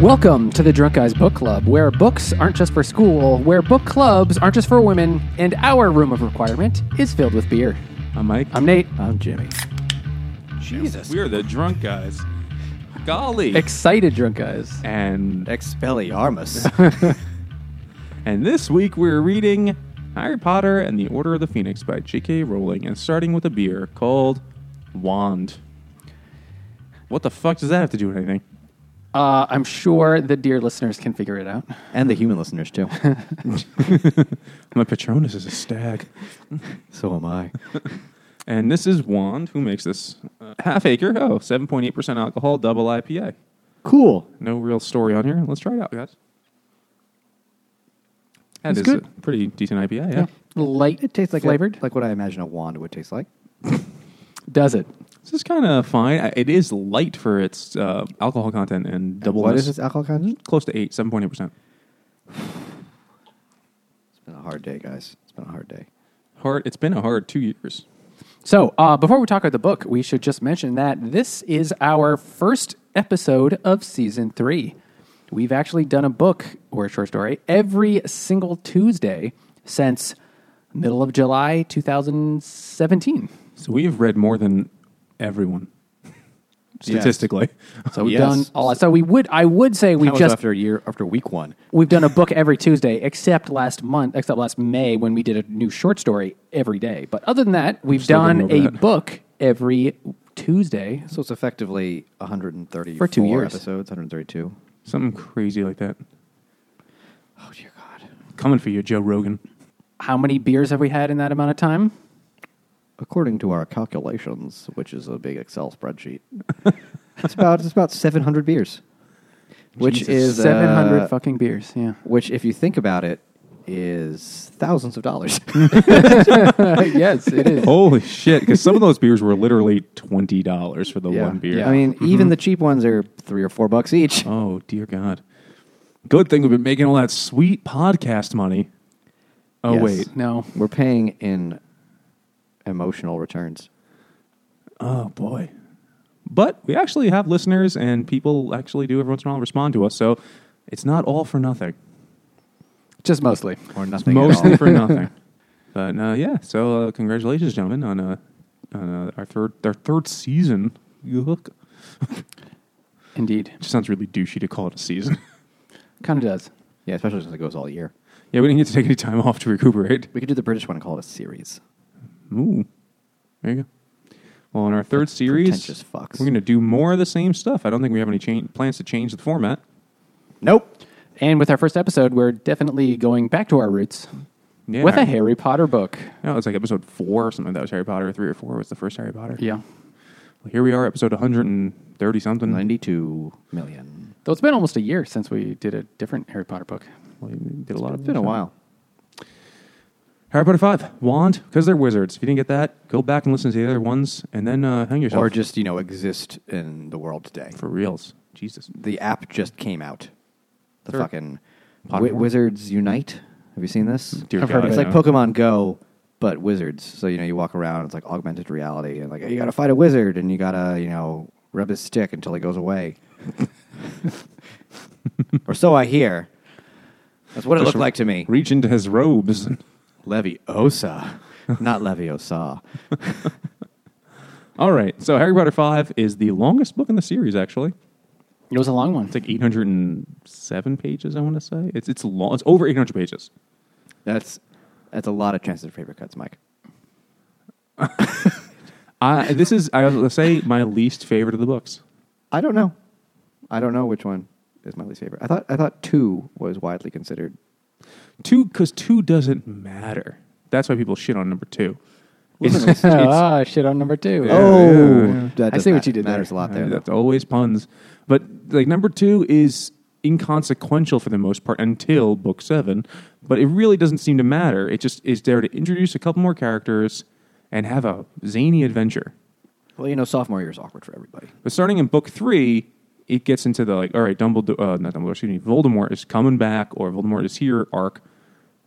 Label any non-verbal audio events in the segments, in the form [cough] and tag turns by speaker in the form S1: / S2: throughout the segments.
S1: Welcome to the Drunk Guys Book Club, where books aren't just for school, where book clubs aren't just for women, and our room of requirement is filled with beer.
S2: I'm Mike.
S1: I'm Nate.
S2: I'm Jimmy.
S1: Jesus.
S2: We are the drunk guys. Golly.
S1: Excited Drunk Guys.
S2: and
S3: Expelliarmus.
S2: and this week we're reading Harry Potter and the Order of the Phoenix by J.K. Rowling, and starting with a beer called Wand. What the fuck does that have to do with anything?
S1: Uh, I'm sure the dear listeners can figure it out.
S3: and the human listeners, [laughs] too.
S2: My Patronus is a stag.
S3: so am I.
S2: And this is Wand, who makes this uh, half acre. Oh, 7.8% alcohol, double IPA.
S3: Cool.
S2: No real story on here. Let's try it out, guys. That
S1: It's
S2: is
S1: good.
S2: a pretty decent IPA, yeah.
S1: Light
S3: It tastes like
S1: flavored.
S3: like what I imagine a wand would taste like.
S1: Does it?
S2: This is kind of fine. I- It is light for its uh, alcohol content and double.
S3: What is its alcohol content?
S2: Close to eight, seven point eight percent.
S3: It's been a hard day, guys. It's been a hard [laughs] day.
S2: Hard. It's been a hard two years.
S1: So, uh, before we talk about the book, we should just mention that this is our first episode of season three. We've actually done a book or a short story every single Tuesday since middle of July 2017.
S2: So we have read more than
S3: [laughs]
S2: everyone statistically. [laughs]
S1: So we've done
S3: Yes.
S1: all that. So we would, I would say
S3: That
S1: we've
S3: was
S1: just
S3: after a year, after week one.
S1: we've done a book every Tuesday except last month, except last May when we did a new short story every day. But other than that, we've
S2: Still getting
S1: done
S2: over
S1: a
S2: that.
S1: book every Tuesday.
S3: So it's effectively 130
S1: For two years.
S3: episodes, 132.
S2: Something crazy like that.
S3: Oh, dear God.
S2: Coming for you, Joe Rogan.
S1: How many beers have we had in that amount of time?
S3: According to our calculations, which is a big Excel spreadsheet, [laughs] it's about it's about 700 beers, which
S2: Jesus.
S3: is uh,
S1: Seven hundred fucking beers. Yeah,
S3: which, if you think about it, is thousands of dollars. [laughs]
S1: yes, it is.
S2: Holy [laughs] shit! Because some of those beers were literally twenty dollars for the
S3: Yeah.
S2: one beer. Mm-hmm.
S1: Yeah.
S3: I mean, even the cheap ones are three or four bucks each.
S2: Oh dear God. Good thing we've been making all that sweet podcast money. Oh
S3: Yes.
S2: wait.
S1: [laughs] No,
S3: We're paying in emotional returns.
S2: Oh boy. But we actually have listeners and people actually do every once in a while respond to us, so it's not all for nothing.
S1: just mostly.
S3: Or nothing.
S2: Mostly
S3: [laughs]
S2: for nothing. But uh, yeah, so uh, congratulations, gentlemen, on, uh, on uh, our third our third season. You look
S1: Indeed,
S2: just sounds really douchey to call it a season. [laughs]
S1: kind of does.
S3: Yeah, especially since it goes all year.
S2: yeah, we didn't get to take any time off to recuperate.
S3: We could do the British one and call it a series.
S2: Ooh, there you go. Well, in our third
S3: Pretentious
S2: series,
S3: fucks.
S2: we're going to do more of the same stuff. I don't think we have any cha- plans to change the format.
S3: Nope.
S1: And with our first episode, we're definitely going back to our roots
S2: Yeah,
S1: with
S2: I-
S1: a Harry Potter book.
S2: No, it's like episode four or something. That was Harry Potter three or four was the first Harry Potter.
S1: Yeah,
S2: Well, here we are, episode one hundred and thirty something.
S3: 92 million.
S1: though it's been almost a year since we did a different Harry Potter book.
S2: Well, we did a lot.
S3: It's been a while.
S2: Harry Potter five wand because they're wizards. If you didn't get that, go back and listen to the other ones, and then uh, hang yourself
S3: Or just, you know, exist in the world today.
S2: for reals. Jesus,
S3: The app just came out. The
S2: Sure.
S3: fucking
S2: Pottermore.
S3: Wi- Wizards Unite. Have you seen this?
S2: dear
S1: I've heard
S2: God,
S1: of
S3: It's
S1: it.
S3: like
S2: no.
S3: Pokemon Go, but wizards. So you know, you walk around. It's like augmented reality, and like you gotta fight a wizard, and you gotta you know rub his stick until he goes away, [laughs] or so I hear. That's what it
S2: Just
S3: looked like to me.
S2: Reach into his
S3: [laughs]
S2: robes.
S3: Leviosa, not Leviosa.
S2: All right, so Harry Potter five is the longest book in the series. Actually,
S1: It was a long
S2: [laughs]
S1: one.
S2: it's like eight hundred and seven pages. I want to say it's it's long. It's over eight hundred pages.
S3: That's that's a lot of chances of paper cuts, Mike.
S2: I, this is I will say my least favorite of the books.
S3: I don't know. I don't know which one is my least favorite. I thought I thought two was widely considered.
S2: Two, because two doesn't matter. That's why people shit on number two. It's, it's-
S1: ah, shit on number two.
S3: oh, that
S1: I
S3: does
S1: see
S3: ma-
S1: what you did there.
S3: Matters a lot there.
S2: that's always puns. But like number two is inconsequential for the most part until book seven. But it really doesn't seem to matter. It just is there to introduce a couple more characters and have a zany adventure.
S3: Well, you know, sophomore year is awkward for everybody.
S2: But starting in book three, it gets into the like, all right, Dumbledore, uh, not Dumbledore, excuse me, Voldemort is coming back, or Voldemort is here arc,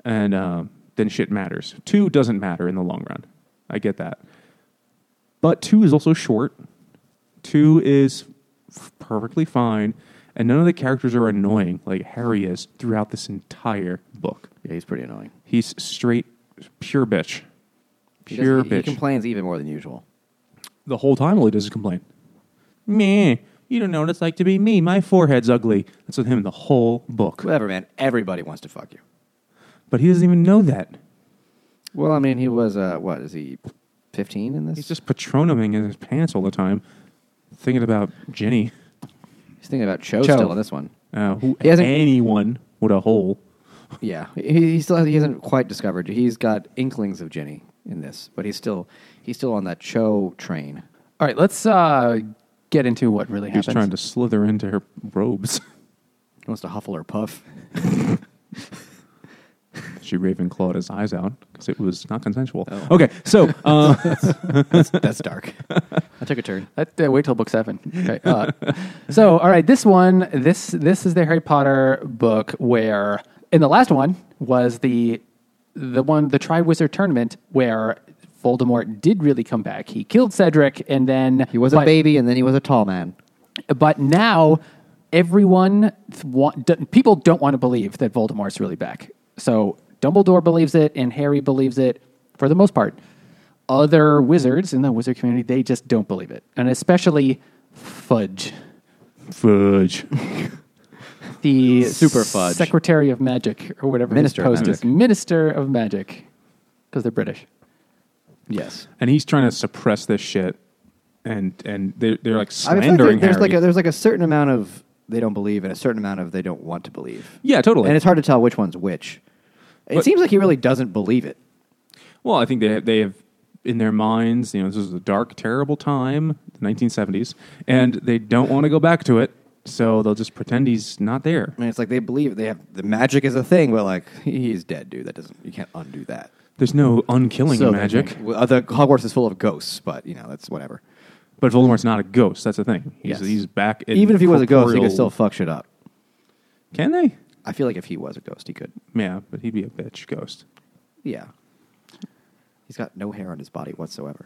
S2: and uh, then shit matters. Two doesn't matter in the long run. I get that. But two is also short. Two is f- perfectly fine. and none of the characters are annoying like Harry is throughout this entire book.
S3: Yeah, he's pretty annoying.
S2: He's straight pure bitch,
S3: He
S2: pure
S3: does- he- He
S2: bitch.
S3: complains even more than usual.
S2: the whole time all he does is complain. Meh, you don't know what it's like to be me. My forehead's ugly. That's with him the whole book,
S3: Whatever, man. Everybody wants to fuck you.
S2: but he doesn't even know that.
S3: Well, I mean, he was uh, what is he, fifteen in this?
S2: He's just patronuming in his pants all the time, thinking about Jenny.
S3: He's thinking about Cho,
S1: Cho.
S3: still in this one.
S2: Uh, who,
S3: He hasn't-
S2: anyone with a hole.
S3: Yeah, he, he still he hasn't quite discovered. He's got inklings of Jenny in this, but he's still he's still on that Cho train.
S1: All right, let's uh, get into what really
S2: He's
S1: happens.
S2: trying to slither into her robes. [laughs]
S3: He wants to huffle or puff.
S2: she Ravenclawed his eyes out because it was not consensual.
S3: Oh.
S2: Okay, so uh, [laughs]
S3: That's dark. I took a turn.
S1: That, uh, wait till book seven. Okay. Uh, so, all right, this one, this this is the Harry Potter book where, and the last one was the the one the Triwizard Tournament where Voldemort did really come back. He killed Cedric, and then
S3: He was a
S1: but,
S3: baby, and then he was a tall man.
S1: But now everyone th- want, d- people don't want to believe that Voldemort's really back. So Dumbledore believes it, and Harry believes it for the most part. Other wizards in the wizard community they just don't believe it, and especially Fudge,
S2: fudge.
S1: the
S3: Super Fudge.
S1: Secretary of Magic or whatever
S3: Minister of
S1: his post is,
S3: Magic.
S1: Minister of Magic, because they're British.
S3: Yes,
S2: And he's trying to suppress this shit, and and they're, they're like
S3: I mean, I feel like
S2: slandering
S3: there's
S2: Harry.
S3: like a, there's like a certain amount of they don't believe, and a certain amount of they don't want to believe.
S2: yeah, totally.
S3: and it's hard to tell which one's which. It
S2: But-
S3: seems like he really doesn't believe it.
S2: Well, I think they have, they have in their minds, you know, this is a dark, terrible time, the 1970s, and they don't want to go back to it, so they'll just pretend he's not there.
S3: I mean, it's like they believe they have the magic is a thing, but like [laughs] he's dead, dude. That doesn't you can't undo that.
S2: There's no unkilling
S1: So they
S2: magic,
S3: Well, uh, the Hogwarts is full of ghosts, but you know that's whatever.
S2: but Voldemort's not a ghost. That's the thing. He's,
S1: Yes.
S2: he's back. In
S3: Even if he was a ghost, he could
S2: corporeal-
S3: still fuck shit up.
S2: Can they?
S3: I feel like if he was a ghost, he could.
S2: Yeah, but he'd be a bitch ghost.
S3: Yeah, he's got no hair on his body [laughs] whatsoever.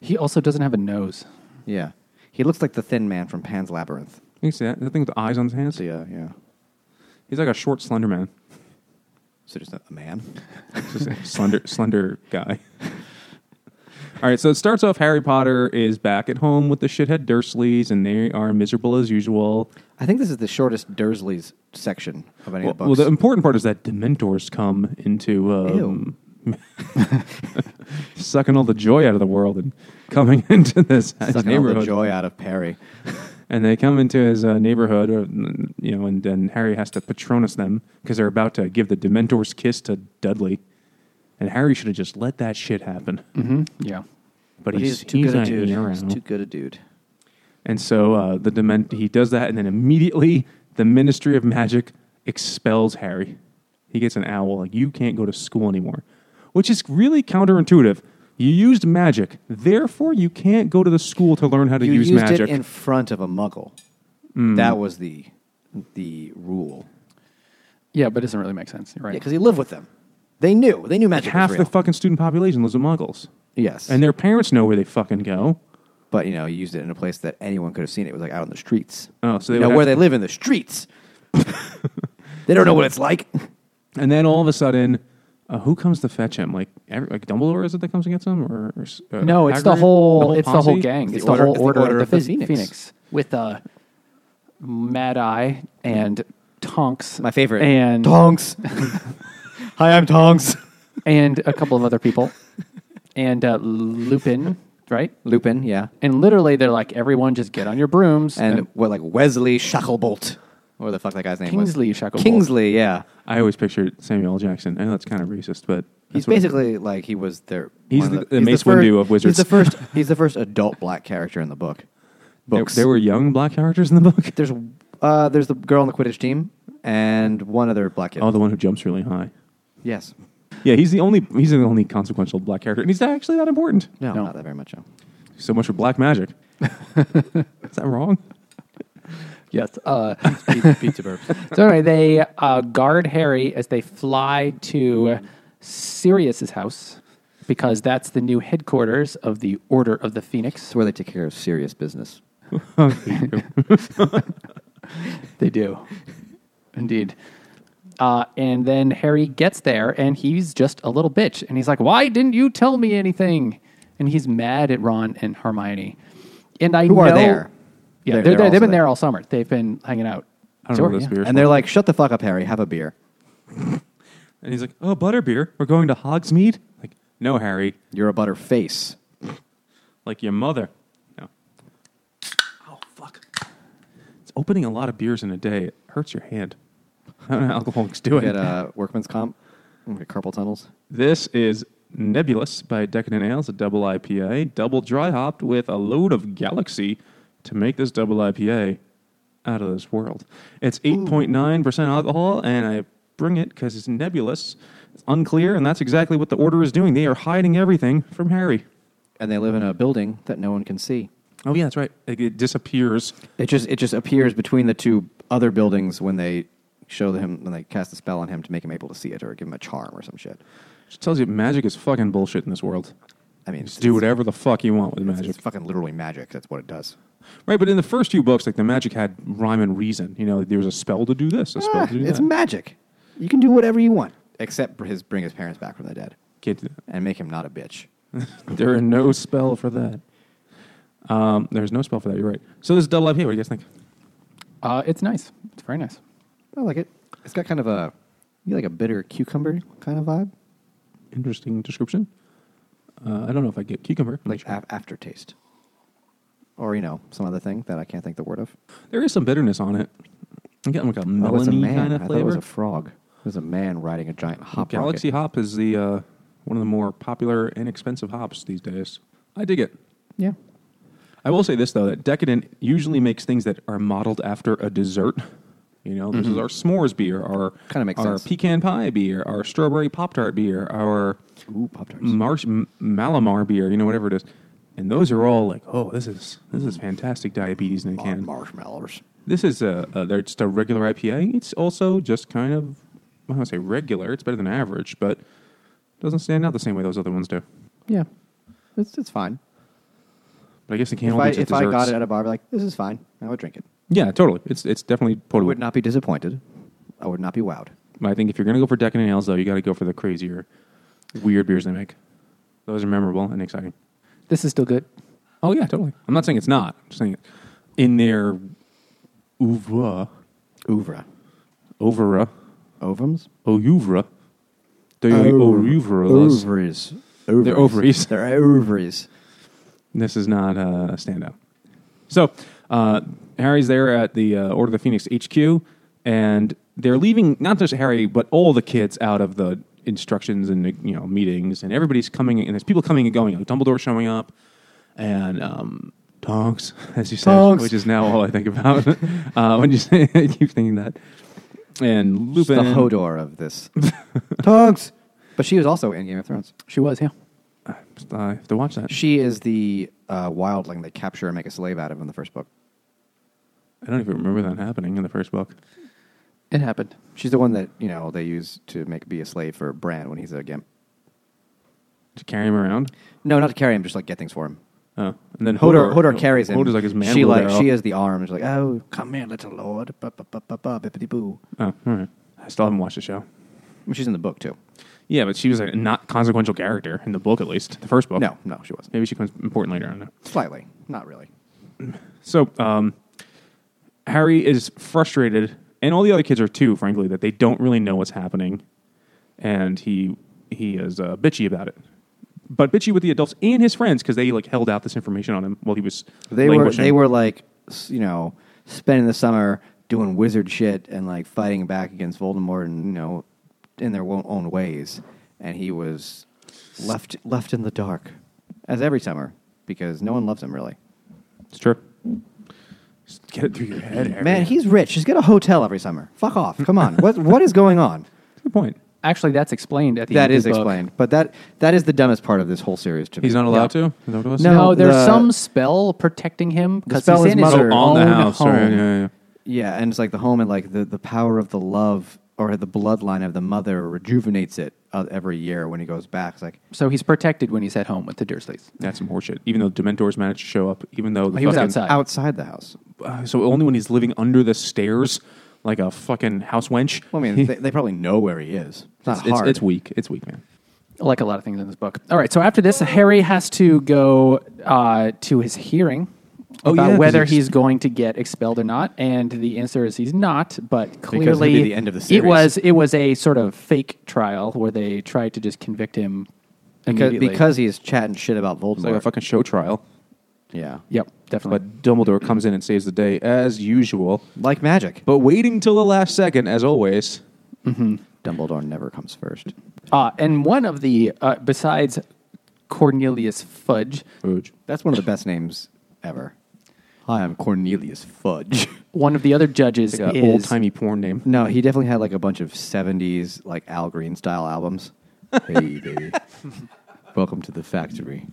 S1: He also doesn't have a nose.
S3: yeah, he looks like the Thin Man from Pan's Labyrinth.
S2: You see that? That thing with the eyes on his hands?
S3: So yeah, yeah.
S2: He's like a short, slender man.
S3: So just a, a man.
S2: Just a [laughs] slender, slender guy. [laughs] All right, so it starts off Harry Potter is back at home with the shithead Dursleys, and they are miserable as usual.
S3: I think this is the shortest Dursley's section of any
S2: Well,
S3: of the
S2: well,
S3: books. [laughs]
S2: the important part is that Dementors come into um, [laughs] sucking all the joy out of the world and coming [laughs] into this his
S3: Sucking all
S2: neighborhood.
S3: the joy out of Perry.
S2: And they come into his uh, neighborhood, uh, you know, and then Harry has to Patronus them because they're about to give the Dementor's kiss to Dudley. And Harry should have just let that shit happen.
S3: Hmm.
S2: Mm-hmm.
S1: Yeah.
S2: But,
S3: But
S2: he's,
S3: he's, too good a
S2: not
S3: dude.
S2: around.
S3: He's too good a dude.
S2: And so uh, the dement- he does that, and then immediately the Ministry of Magic expels Harry. He gets an owl like you can't go to school anymore, which is really counterintuitive. You used magic, therefore you can't go to the school to learn how to
S3: You
S2: use
S3: used
S2: magic.
S3: it in front of a Muggle. That was the the rule.
S1: Yeah, but it doesn't really make sense, right?
S3: Yeah, because he lived with them. They knew. They knew magic
S2: Half
S3: was
S2: the
S3: real.
S2: fucking student population lives with Muggles,
S3: yes,
S2: and their parents know where they fucking go.
S3: but you know, he used it in a place that anyone could have seen. It, It was like out on the streets.
S2: Oh, so they
S3: You know,
S2: would
S3: where
S2: have
S3: they live in
S2: [laughs]
S3: the streets. they don't know what it's like.
S2: And then all of a sudden, uh, who comes to fetch him? Like, every, like Dumbledore is it that comes and gets him, or, or, uh,
S1: No, it's the
S2: Hagrid?
S1: whole, it's the whole
S2: posse?
S1: gang. It's,
S3: It's the
S1: the,
S3: order-
S1: whole
S3: it's the
S1: order,
S3: Order
S1: of the, Phoenix. Phoenix with uh, Mad Eye and Tonks,
S3: My favorite
S1: and
S2: [laughs]
S3: Tongs. Hi, I'm Tongs.
S1: and a couple of other people, and uh, Lupin, right?
S3: Lupin, yeah,
S1: And literally, they're like, everyone, just get on your brooms.
S3: and what like Wesley Shacklebolt, or the fuck that guy's name
S1: Kingsley
S3: was
S1: Shacklebolt.
S3: Kingsley, yeah.
S2: I always pictured Samuel L. Jackson. I know that's kind of racist, but that's
S3: He's
S2: what-
S3: basically like he was their.
S2: He's
S3: one
S2: the-
S3: of
S2: the
S3: he's
S2: Mace
S3: fir-
S2: Windu of wizards.
S3: He's
S2: [laughs]
S3: the first. he's the first adult black character in the book.
S2: there,
S3: Books.
S2: there were young black characters in the book. [laughs]
S3: there's uh, there's the girl on the Quidditch team and one other black kid.
S2: Oh, the one who jumps really high.
S3: yes.
S2: Yeah, he's the only he's the only consequential black character, and he's not actually that important.
S3: No,
S1: No.
S3: not that very much. No.
S2: So much for black magic. [laughs] Is that wrong?
S1: [laughs] yes. Uh,
S3: Pizza
S1: [laughs]
S3: burps.
S1: so anyway, they uh, guard Harry as they fly to Sirius's house because that's the new headquarters of the Order of the Phoenix.
S3: It's where they take care of serious business.
S1: They do. Indeed. Uh, and then Harry gets there and he's just a little bitch. And he's like, Why didn't you tell me anything? And he's mad at Ron and Hermione. And I
S3: Who
S1: know.
S3: are there.
S1: Yeah,
S3: They're-
S1: they're,
S3: they're
S1: they have
S3: also
S1: been
S3: there.
S1: there all summer. They've been hanging out.
S2: I don't
S1: Sure,
S2: know this
S1: yeah.
S2: beer.
S3: And they're like, shut the fuck up, Harry. Have a beer.
S2: And he's like, "Oh, butterbeer, we're going to Hogsmeade." Like, no, Harry,
S3: You're a butterface.
S2: like your mother. No. Oh fuck! It's opening a lot of beers in a day. It hurts your hand. I don't know how alcoholics do it.
S3: Get
S2: [laughs]
S3: uh, workman's comp. Get carpal tunnels.
S2: This is Nebulous by Decadent Ales, a double IPA, double dry hopped with a load of galaxy to make this double IPA out of this world. It's 8.9% alcohol, and I bring it because it's nebulous. It's unclear, and that's exactly what the Order is doing. They are hiding everything from Harry.
S3: And they live in a building that no one can see.
S2: Oh, yeah, that's right. It, it disappears.
S3: It just it just appears between the two other buildings when they show him when they cast a spell on him to make him able to see it or give him a charm or some shit.
S2: Just tells you magic is fucking bullshit in this world.
S3: I mean,
S2: Just do whatever the fuck you want with
S3: It's,
S2: magic.
S3: it's fucking literally magic. That's what it does.
S2: Right, but in the first few books, like the magic had rhyme and reason. You know, there was a spell to do this, a spell
S3: Ah,
S2: to do
S3: it's
S2: that.
S3: magic. You can do whatever you want, except for his bring his parents back from the dead
S2: Kid-
S3: and make him not a bitch.
S2: [laughs] There are no spell for that. Um, there's no spell for that. You're right. So this is double IPA. What do you guys think?
S1: Uh, it's nice. It's very nice.
S3: I like it. It's got kind of a you like a bitter cucumber kind of vibe,
S2: Interesting description. Uh, I don't know if I get cucumber.
S3: like uh, af- aftertaste, or you know some other thing that I can't think the word of.
S2: there is some bitterness on it. I'm getting like a
S3: Oh, it's a
S2: melony
S3: man.
S2: kind
S3: I
S2: of
S3: thought it was
S2: flavor.
S3: a frog. It was a man riding a giant hop.
S2: Galaxy
S3: rocket.
S2: hop is the uh, one of the more popular and expensive hops these days. I dig it.
S3: Yeah.
S2: I will say this though that decadent usually makes things that are modeled after a dessert. You know, this is our s'mores beer, our
S3: Mm-hmm. Kinda makes
S2: our
S3: sense.
S2: pecan pie beer, our strawberry pop tart beer, our
S3: Ooh, Pop-Tarts.
S2: marsh M- Malamar beer, you know, whatever it is. And those are all like, oh, this is this is fantastic diabetes in a can.
S3: marshmallows.
S2: This is a, a they're just a regular IPA. It's also just kind of I don't say regular. It's better than average, but doesn't stand out the same way those other ones do.
S3: Yeah, it's it's fine.
S2: But I guess the can
S3: If
S2: all
S3: I,
S2: be just
S3: if I got
S2: desserts.
S3: it at a bar, I'd be like this is fine. I would drink it.
S2: yeah, totally. It's it's definitely
S3: I
S2: totally.
S3: would not be disappointed. I would not be wowed.
S2: I think if you're going to go for decadent ales, though, you got to go for the crazier, weird beers they make. Those are memorable and exciting.
S1: This is still good.
S2: Oh yeah, totally. I'm not saying it's not. I'm just saying in their oeuvre,
S3: Ouvra.
S2: oeuvre,
S3: Ovums?
S2: oeuvre, their oeuvres.
S3: Ovaries.
S2: They're ovaries.
S3: They're ovaries.
S2: This is not uh, a standout. So uh, Harry's there at the uh, Order of the Phoenix HQ, and they're leaving not just Harry but all the kids out of the instructions and you know meetings, and everybody's coming and there's people coming and going. Like Dumbledore's showing up, and um, Tonks, [laughs] as you said,
S1: Tonks.
S2: which is now all I think about [laughs] uh, when you say I keep thinking that. And
S3: Just
S2: Lupin,
S3: the Hodor of this. [laughs] Tongues! But she was also in Game of Thrones.
S1: She was, yeah.
S2: I have to watch that.
S3: She is the uh, wildling they capture and make a slave out of in the first book.
S2: I don't even remember that happening in the first book.
S1: It happened.
S3: She's the one that, you know, they use to make be a slave for Bran when he's a gimp.
S2: To carry him around.
S3: No, not to carry him, just like get things for him.
S2: Oh, and then
S3: Hodor, Hodor carries him.
S2: Hodor's like his man.
S3: She like
S2: wheelbarrow.
S3: she has the arm. She's like, oh, come here, little lord. Ba ba ba ba ba bippity boo.
S2: Oh, all right. I still haven't watched the show.
S3: Well, She's in the book too.
S2: Yeah, but she was a not consequential character in the book, at least the first book.
S3: No, no, she wasn't.
S2: maybe she becomes important later. I don't know.
S3: Slightly, not really.
S2: So um, Harry is frustrated, and all the other kids are too. Frankly, that they don't really know what's happening, and he he is uh, bitchy about it. But bitchy with the adults and his friends because they like held out this information on him while he was
S3: They were
S2: languishing.
S3: they were like, s- you know, spending the summer doing wizard shit and like fighting back against Voldemort and you know, in their wo- own ways. And he was left left in the dark, as every summer, because no one loves him really.
S2: It's true. Just get it through your head, Harry.
S3: Man, he's rich. He's got a hotel every summer. Fuck off. Come on. what what is
S2: [laughs]
S3: going on?
S2: good point.
S1: Actually, that's explained at the
S3: That
S1: end
S3: is
S1: of the book.
S3: explained, but that that is the dumbest part of this whole series to me.
S2: He's not allowed to. Is that what it was?
S3: No,
S1: No, there's
S3: the-
S1: some spell protecting him because
S3: spell
S1: he's
S3: his
S1: in his
S3: mother-
S2: Oh, on the
S1: own
S2: house.
S1: home.
S2: Right, yeah, yeah, yeah.
S3: Yeah, and it's like the home and like the, the power of the love or the bloodline of the mother rejuvenates it uh, every year when he goes back. It's like
S1: So he's protected when he's at home with the Dursleys.
S2: That's some horseshit. Even though Dementors managed to show up, even though the
S1: He was
S2: fucking-
S1: outside.
S3: outside the house.
S2: uh, so only when he's living under the stairs like a fucking house wench.
S3: Well, [laughs] I mean, they, they probably know where he is. It's not
S2: it's,
S3: hard.
S2: it's, it's weak. It's weak, man.
S1: like a lot of things in this book. All right, so after this, Harry has to go uh, to his hearing
S2: Oh,
S1: about
S2: yeah, 'cause
S1: whether
S2: he's-
S1: he's going to get expelled or not, and the answer is he's not. But
S3: it'll be
S1: clearly,
S3: the end of the
S1: it
S3: series.
S1: was it was a sort of fake trial where they tried to just convict him
S3: because,
S1: immediately.
S3: because he is chatting shit about Voldemort.
S2: It's like a fucking show trial.
S3: yeah,
S1: yep, definitely.
S2: But Dumbledore comes in and saves the day as usual,
S3: like magic.
S2: but waiting till the last second, as always.
S3: Dumbledore never comes first.
S1: Uh, and one of the uh, besides Cornelius Fudge,
S2: Ooge.
S3: That's one of the best names ever. Hi, I'm Cornelius Fudge. [laughs]
S1: one of the other judges
S2: Like an
S1: is
S2: old timey porn name.
S3: no, he definitely had like a bunch of '70s like Al Green style [laughs] albums. hey, baby, welcome to the [laughs] factory.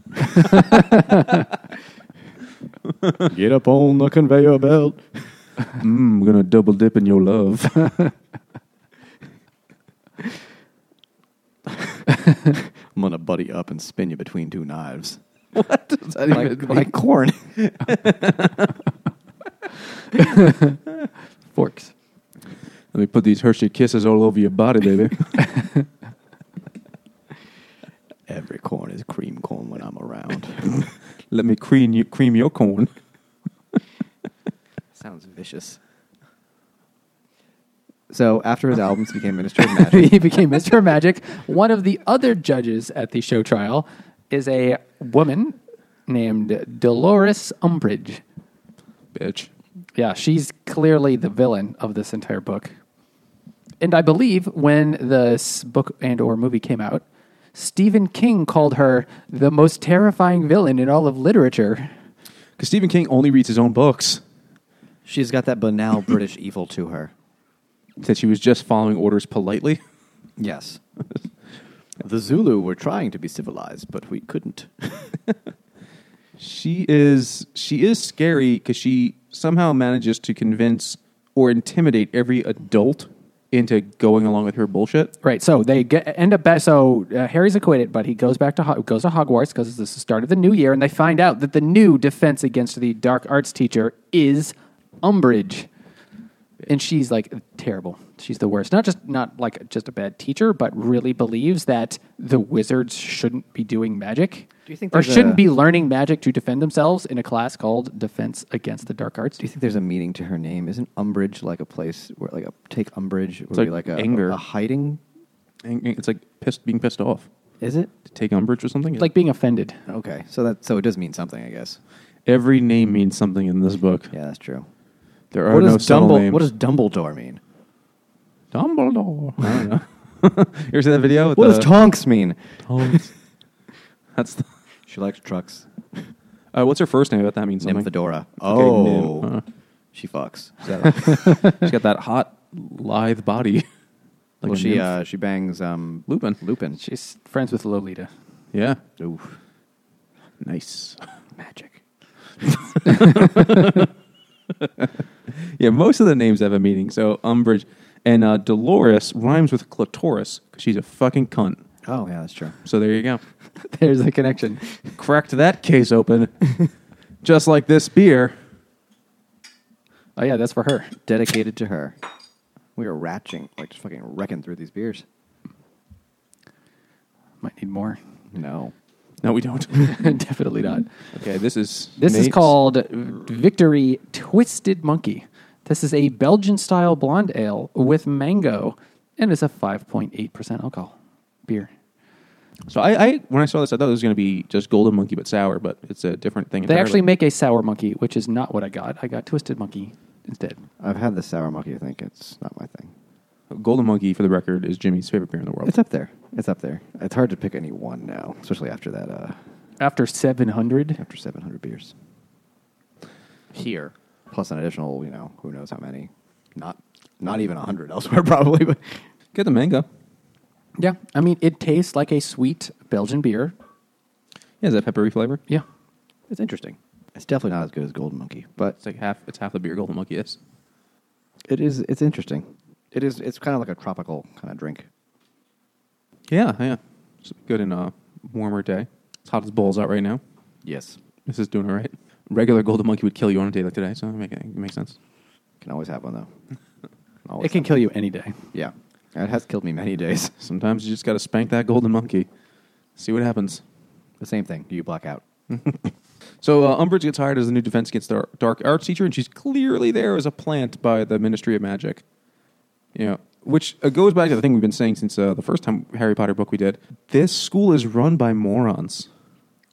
S3: Get up on the conveyor belt.
S2: Mm, I'm gonna double dip in your love.
S3: I'm gonna buddy up and spin you between two knives.
S2: Does that
S3: Like,
S2: even
S3: like corn.
S1: Forks.
S2: Let me put these Hershey kisses all over your body,
S3: [laughs]
S2: baby.
S3: [laughs] Every corn is cream corn when I'm around.
S2: Let me cream you, cream your corn.
S3: [laughs] Sounds vicious. So after his albums became Minister of
S1: [laughs]
S3: Magic, [laughs]
S1: he became Mr. Magic. One of the other judges at the show trial is a woman named Dolores Umbridge.
S2: Bitch.
S1: Yeah, she's clearly the villain of this entire book. And I believe when this book and or movie came out, Stephen King called her the most terrifying villain in all of literature.
S2: Because Stephen King only reads his own books.
S3: she's got that banal British evil to her.
S2: Said she was just following orders politely.
S3: Yes. [laughs] the Zulu were trying to be civilized, but we couldn't.
S2: She is she is scary because she somehow manages to convince or intimidate every adult into going along with her bullshit.
S1: Right. So they get, end up back. So uh, Harry's acquitted, but he goes back to Ho- goes to Hogwarts because this is the start of the new year, and they find out that the new defense against the dark arts teacher is Umbridge, and she's like terrible. She's the worst. Not just not like just a bad teacher, but really believes that the wizards shouldn't be doing magic.
S3: Do you think
S1: or
S3: there's
S1: shouldn't
S3: a-
S1: be learning magic to defend themselves in a class called Defense Against the Dark Arts?
S3: Do you think there's a meaning to her name? Isn't umbrage like a place where, like, a take umbrage would
S2: like
S3: be like a,
S2: anger.
S3: a hiding?
S2: And it's like pissed, being pissed off
S3: Is it?
S2: to take umbrage or something.
S1: Like being offended.
S3: Okay, so that so it does mean something, I guess.
S2: every name means something in this book.
S3: Yeah, that's true.
S2: There are
S3: What
S2: no
S3: does,
S2: subtle
S3: Dumble-
S2: names.
S3: what does Dumbledore mean?
S2: Dumbledore? I don't know. [laughs] you ever see that video? with
S3: What
S2: the-
S3: does Tonks mean?
S2: Holmes. [laughs] That's the,
S3: She likes trucks.
S2: uh, what's her first name? I bet that means something.
S3: Nymphadora.
S2: Okay,
S3: Oh,
S2: Nym- uh.
S3: she [laughs] fucks.
S2: Is that- Uh, she's got that hot, lithe body. [laughs]
S3: Well,
S2: a
S3: she
S2: nymph.
S3: uh, she bangs um,
S2: Lupin.
S3: Lupin.
S1: She's friends with Lolita.
S2: Yeah.
S3: Oof.
S2: Nice.
S3: Magic.
S2: [laughs] Yeah, most of the names have a meaning. So Umbridge and uh, Dolores rhymes with clitoris because she's a fucking cunt.
S3: Oh yeah, that's true.
S2: So there you go.
S1: There's a connection.
S2: Cracked that case open, just like this beer.
S1: Oh yeah, that's for her.
S3: Dedicated to her. We are ratching, like just fucking wrecking through these beers.
S1: Might need [laughs] more.
S3: No.
S2: No, we don't. [laughs]
S1: Definitely not.
S2: Okay, this is
S1: This is
S2: Nate's-
S1: called Victory Twisted Monkey. This is a Belgian style blonde ale with mango and is a 5.8% alcohol beer.
S2: So I, I when I saw this, I thought it was going to be just Golden Monkey but sour, but it's a different thing.
S1: They
S2: entirely.
S1: actually make a sour monkey, which is not what I got. I got Twisted Monkey instead.
S3: I've had the sour monkey. I think it's not my thing.
S2: Golden Monkey, for the record, is Jimmy's favorite beer in the world.
S3: It's up there. It's up there. It's hard to pick any one now, especially after that. Uh,
S1: After 700,
S3: after seven hundred beers. Here, plus an additional, you know, who knows how many? Not, not even hundred [laughs] elsewhere, probably. But
S2: Get the mango.
S1: yeah, I mean, it tastes like a sweet Belgian beer.
S2: Yeah, is that peppery flavor?
S1: Yeah.
S3: it's interesting. It's definitely not as good as Golden Monkey, but
S2: It's like half. It's half the beer Golden Monkey is.
S3: it is. It's interesting. It is. It's kind of like a tropical kind of drink.
S2: Yeah, yeah. It's good in a warmer day. It's hot as balls out right now.
S3: Yes.
S2: This is doing all right. regular golden monkey would kill you on a day like today, so it make- it makes sense.
S3: Can always have one though.
S1: It can kill you any day.
S3: Yeah, it has killed me many [laughs] days.
S2: Sometimes you just got to spank that golden monkey, see what happens.
S3: The same thing. You black out.
S2: So uh, Umbridge gets hired as the new Defense Against the Dark Arts teacher, and she's clearly there as a plant by the Ministry of Magic. You know, which uh, goes back to the thing we've been saying since uh, the first time Harry Potter book we did. This school is run by morons,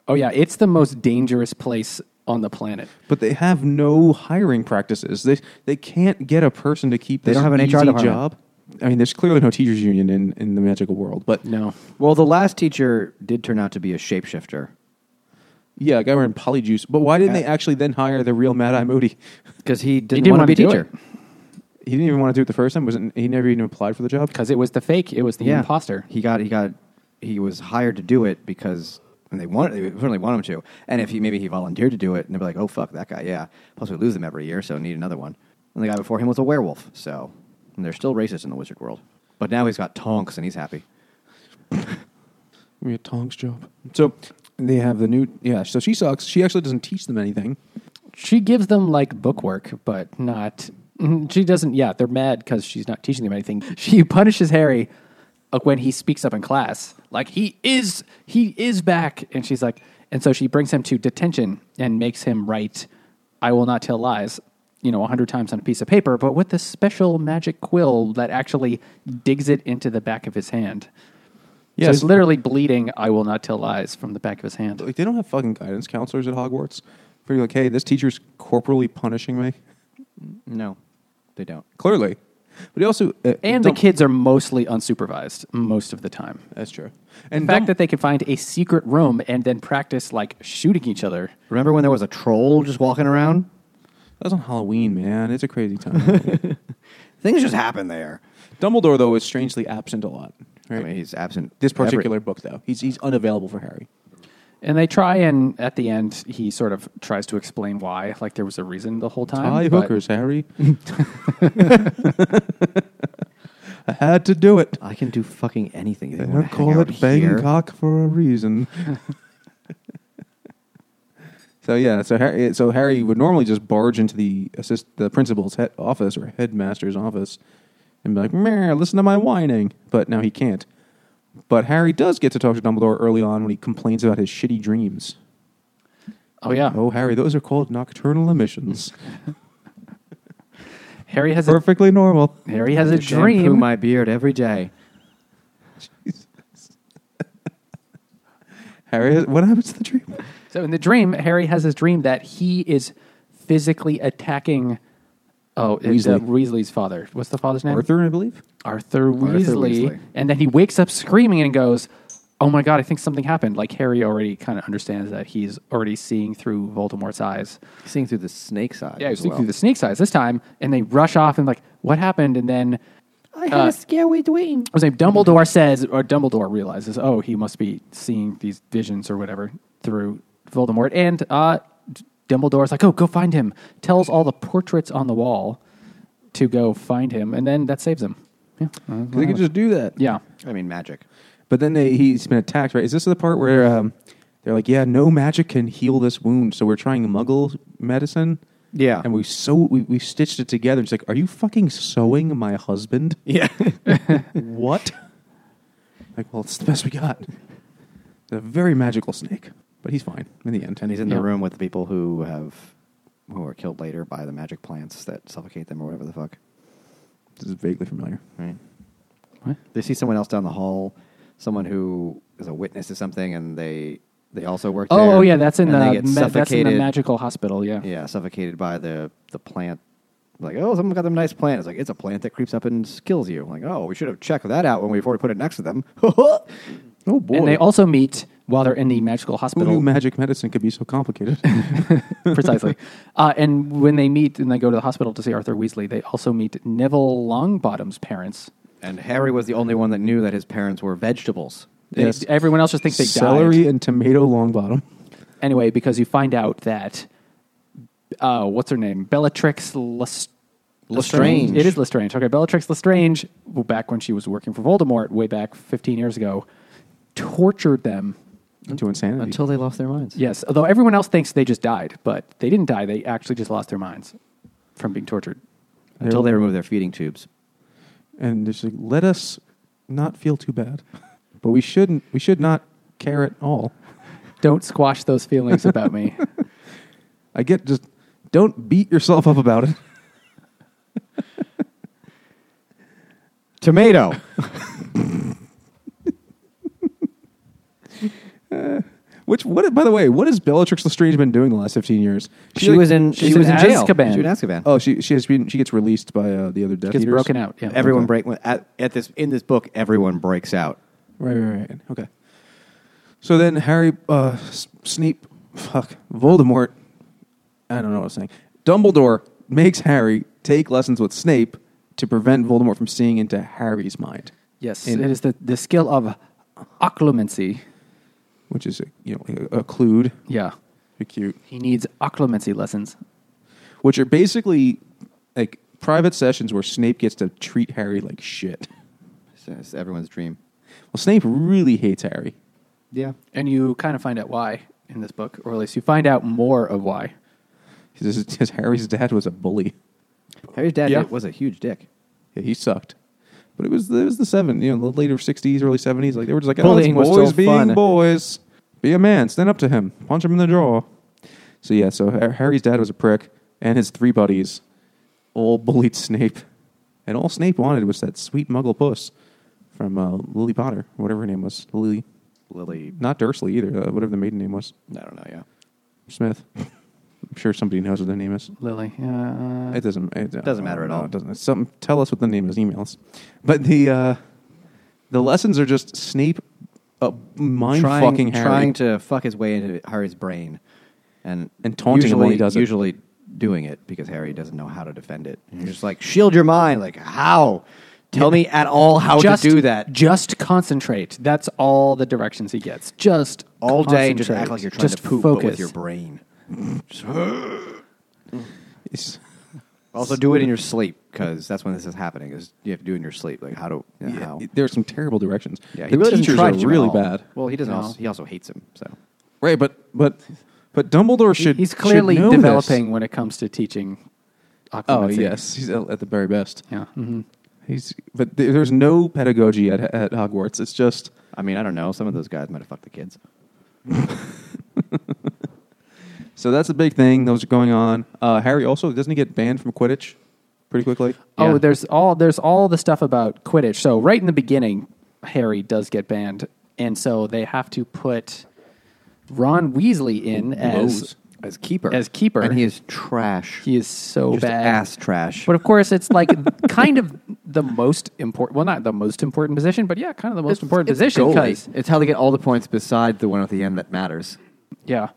S1: Oh yeah, it's the most dangerous place on the planet.
S2: but they have no hiring practices. They they can't get a person to keep.
S3: They
S2: this
S3: don't have an HR
S2: easy
S3: department.
S2: job. I mean, there's clearly no teachers union in, in the magical world, but
S1: No.
S3: [laughs] Well, the last teacher did turn out to be a shapeshifter.
S2: yeah, a guy wearing polyjuice. But why
S3: Uh,
S2: didn't they actually then hire the real Mad Eye Moody? [laughs]
S3: Because he didn't,
S1: didn't
S3: want
S1: wanna
S3: to be a
S1: do
S3: teacher.
S1: it.
S2: He didn't even want to do it the first time. Wasn't he? Never even applied for the job.
S1: Because it was the fake, it was the imposter.
S3: He got he got he was hired to do it because and they wanted they certainly want him to. And if he maybe he volunteered to do it, and they'd be like, oh fuck that guy, yeah. Plus we lose him every year, so need another one. And the guy before him was a werewolf, so and they're still racist in the wizard world. But now he's got tonks and he's happy.
S2: Give me a tongs job. So they have the new yeah. So she sucks. She actually doesn't teach them anything.
S1: She gives them like bookwork, but not. mm, She doesn't. Yeah, they're mad because she's not teaching them anything. She punishes Harry uh, when he speaks up in class. Like he is, he is back, and she's like, and so she brings him to detention and makes him write, "I will not tell lies," you know, a hundred times on a piece of paper, but with a special magic quill that actually digs it into the back of his hand. Yeah, so
S2: Yes.
S1: he's literally bleeding. I will not tell lies from the back of his hand.
S2: Like they don't have fucking guidance counselors at Hogwarts. Where you're like, hey, this teacher's corporally punishing me. [laughs]
S3: No, they don't.
S2: Clearly, but he also uh,
S1: And the
S2: Dum-
S1: kids are mostly unsupervised most of the time.
S2: That's true. And
S1: The fact
S2: Dum-
S1: that they can find a secret room and then practice like shooting each other.
S3: Remember when there was a troll just walking around?
S2: that was on Halloween, man. It's a
S1: [laughs]
S2: crazy time.
S3: Things just happen there.
S2: Dumbledore though is strangely absent a lot. Right.
S3: I mean, he's absent.
S2: this
S3: every-
S2: particular book though, he's he's unavailable for Harry.
S1: And they try and at the end he sort of tries to explain why, like there was a reason the whole time.
S2: Tie
S1: but- [laughs]
S2: hookers, Harry. [laughs] I had to do it.
S3: I can do fucking anything. They
S2: They
S3: wanna
S2: don't
S3: hang
S2: call
S3: out
S2: it
S3: here.
S2: Bangkok for a
S3: [laughs]
S2: reason. so yeah, so Harry, so Harry would normally just barge into the assist the principal's head office or headmaster's office and be like, "Meh, listen to my whining," but now he can't. But Harry does get to talk to Dumbledore early on when he complains about his shitty dreams.
S1: Oh yeah.
S2: Oh, Harry, those are called nocturnal
S3: [laughs]
S2: emissions.
S1: Harry has a
S2: Perfectly normal.
S1: Harry has a
S3: Shampoo
S1: dream.
S3: my beard every day.
S2: Harry, what happens to the
S3: [laughs]
S2: dream?
S1: So in the dream, Harry has his dream that he is physically attacking Oh, it's, uh,
S2: Weasley.
S1: Weasley's father. What's the father's name?
S2: Arthur, I believe.
S1: Arthur Weasley.
S3: Weasley.
S1: And then he wakes up screaming and goes, Oh my God, I think something happened. Like Harry already kind of understands that he's already seeing through Voldemort's eyes.
S3: Seeing through the snake's eye.
S1: Yeah, he's
S3: as
S1: seeing
S3: well.
S1: through the snake's eyes this time. And they rush off and, like, what happened? And then
S3: I had a scary dream.
S1: I was like, Dumbledore says, or Dumbledore realizes, oh, he must be seeing these visions or whatever through Voldemort. And uh, D- Dumbledore's like, oh, go find him. Tells all the portraits on the wall to go find him. And then that saves him. Yeah.
S2: They could just do that.
S1: Yeah.
S3: I mean, magic.
S2: But then they, he's been attacked, right? Is this the part where um, they're like, "Yeah, no magic can heal this wound, so we're trying Muggle medicine."
S3: Yeah.
S2: [laughs] and we so we, we stitched it together. It's like, are you fucking sewing my husband? [laughs]
S3: Yeah.
S2: what? Like, well, it's the best we got. It's a very magical snake, but he's fine in the end.
S3: and he's in
S1: Yeah.
S3: the room with the people who have who are killed later by the magic plants that suffocate them or whatever the fuck.
S2: This is vaguely familiar.
S3: Right.
S1: What?
S3: They see someone else down the hall, someone who is a witness to something, and they they also work.
S1: Oh,
S3: there,
S1: oh, yeah, that's in
S3: and they
S1: the ma-
S3: get
S1: that's in the
S3: suffocated.
S1: magical hospital. Yeah,
S3: Yeah, suffocated by the the plant. Like, oh, someone got them a nice plant. It's like it's a plant that creeps up and kills you. like, oh, we should have checked that out when we already put it next to them. [laughs]
S2: Oh boy!
S1: and they also meet while they're in the magical
S2: Who knew
S1: hospital,
S2: magic medicine could be
S1: [laughs]
S2: so complicated?
S3: [laughs]
S1: precisely. Uh, and when they meet and they go to the hospital to see Arthur Weasley, they also meet Neville Longbottom's parents.
S3: and Harry was the only one that knew that his parents were vegetables.
S1: They-
S2: Yes.
S1: everyone else just thinks they
S2: Celery
S1: died
S2: and tomato long bottom.
S1: anyway because you find out that uh, what's her name, Bellatrix Lest-
S3: Lestrange.
S1: It is Lestrange. Okay, Bellatrix Lestrange. Back when she was working for Voldemort, way back fifteen years ago, tortured them
S2: to insanity.
S3: until they lost their minds.
S1: Yes, although everyone else thinks they just died, but they didn't die. They actually just lost their minds from being tortured.
S3: Until they remove their feeding tubes.
S2: and just like, let us not feel too bad, [laughs] but we shouldn't. We should not care at all.
S1: Don't squash those feelings about
S3: [laughs]
S1: me.
S2: I get just don't beat yourself up about it. [laughs]
S3: Tomato. [laughs]
S2: Which what? By the way, what has Bellatrix Lestrange been doing the last fifteen years?
S3: she was in. She
S1: she's
S3: was
S1: in
S3: in jail.
S1: Azkaban.
S3: She was in Azkaban.
S2: Oh, she she has been. She gets released by uh, the other Death
S1: Gets
S2: Eaters.
S1: broken out. Yeah.
S3: everyone break at, at this in this book. Everyone breaks out.
S2: Right, right, right. Okay. So then Harry, uh, S- Snape, fuck, Voldemort. I don't know what I was saying. Dumbledore makes Harry take lessons with Snape to prevent Voldemort from seeing into Harry's mind.
S1: Yes,
S2: And-
S1: it is the, the skill of occlumency.
S2: which is you know a, a clued,
S1: Yeah.
S2: a cute,
S1: He needs occlumency lessons.
S2: which are basically like private sessions where Snape gets to treat Harry like shit.
S3: It's, it's everyone's dream.
S2: Well, Snape really hates Harry.
S3: Yeah.
S1: And you kind of find out why in this book, or at least you find out more of why.
S2: His, his, his- Harry's dad was a bully.
S3: Harry's dad
S1: Yeah.
S3: was a huge dick.
S2: Yeah, he sucked. But it was it was the seven, you know, the later sixties, early seventies. Like they were just like, oh, it's
S3: Bullying was
S2: boys
S3: still
S2: being
S3: fun.
S2: boys. Be a man. Stand up to him. Punch him in the jaw. So yeah, so Har- Harry's dad was a prick, and his three buddies all bullied Snape, and all Snape wanted was that sweet Muggle puss from uh, Lily Potter, whatever her name was, Lily,
S3: Lily.
S2: not Dursley either, uh, whatever the maiden name was,
S3: I don't know. Yeah.
S2: Smith. [laughs] I'm sure somebody knows what their name is.
S1: Lily. Uh,
S2: It doesn't. It
S3: Doesn't matter at
S2: no,
S3: all.
S2: It doesn't. It's Something. Tell us what the name is. Emails. But the uh, the lessons are just Snape, uh, mind
S3: trying,
S2: fucking Harry.
S3: trying to fuck his way into Harry's brain, and
S2: And taunting him
S3: usually,
S2: while he does it.
S3: Usually doing it because Harry doesn't know how to defend it. And you're just like, shield your mind. Like how? Tell me at all how
S1: just
S3: to do that
S1: Just concentrate. That's all the directions he gets. Just
S3: all day. Just act
S1: concentrate.
S3: like you're trying
S1: Just
S3: to poop
S1: focus.
S3: But with your brain.
S2: It's-
S3: Also, do it in your sleep because that's when this is happening. Is you have to do it in your sleep. Like how to yeah, how?
S2: it- there are some terrible directions.
S3: Yeah,
S2: the
S3: doesn't
S2: teachers
S3: try
S2: are
S3: to teach him at
S2: really
S3: all.
S2: bad.
S3: Well, he doesn't.
S1: No.
S3: Also, he also hates him. So
S2: Right, but but but Dumbledore should.
S1: He's clearly
S2: should know
S1: developing
S2: This.
S1: when it comes to teaching.
S2: Oh
S1: occlumency.
S2: yes, he's at at the very best.
S1: Yeah.
S3: Mm-hmm.
S1: hmm
S2: He's but there- there's no pedagogy at at Hogwarts. It's just
S3: I mean, I don't know. Some of those guys might have fucked the kids.
S2: so that's a big thing that was going on. Uh, Harry also doesn't he get banned from Quidditch pretty quickly?
S1: Oh,
S3: Yeah.
S1: there's all there's all the stuff about Quidditch. So right in the beginning, Harry does get banned, and so they have to put Ron Weasley in
S3: Oh,
S1: as
S2: Lowe's.
S3: As keeper,
S1: As keeper.
S3: and he is trash.
S1: he is so
S3: Just
S1: bad
S3: ass trash.
S1: But of course, it's like [laughs] kind of the most important. Well, not the most important position, but yeah, kind of the most important position. Because
S3: it's how they get all the points beside the one at the end that matters.
S1: yeah,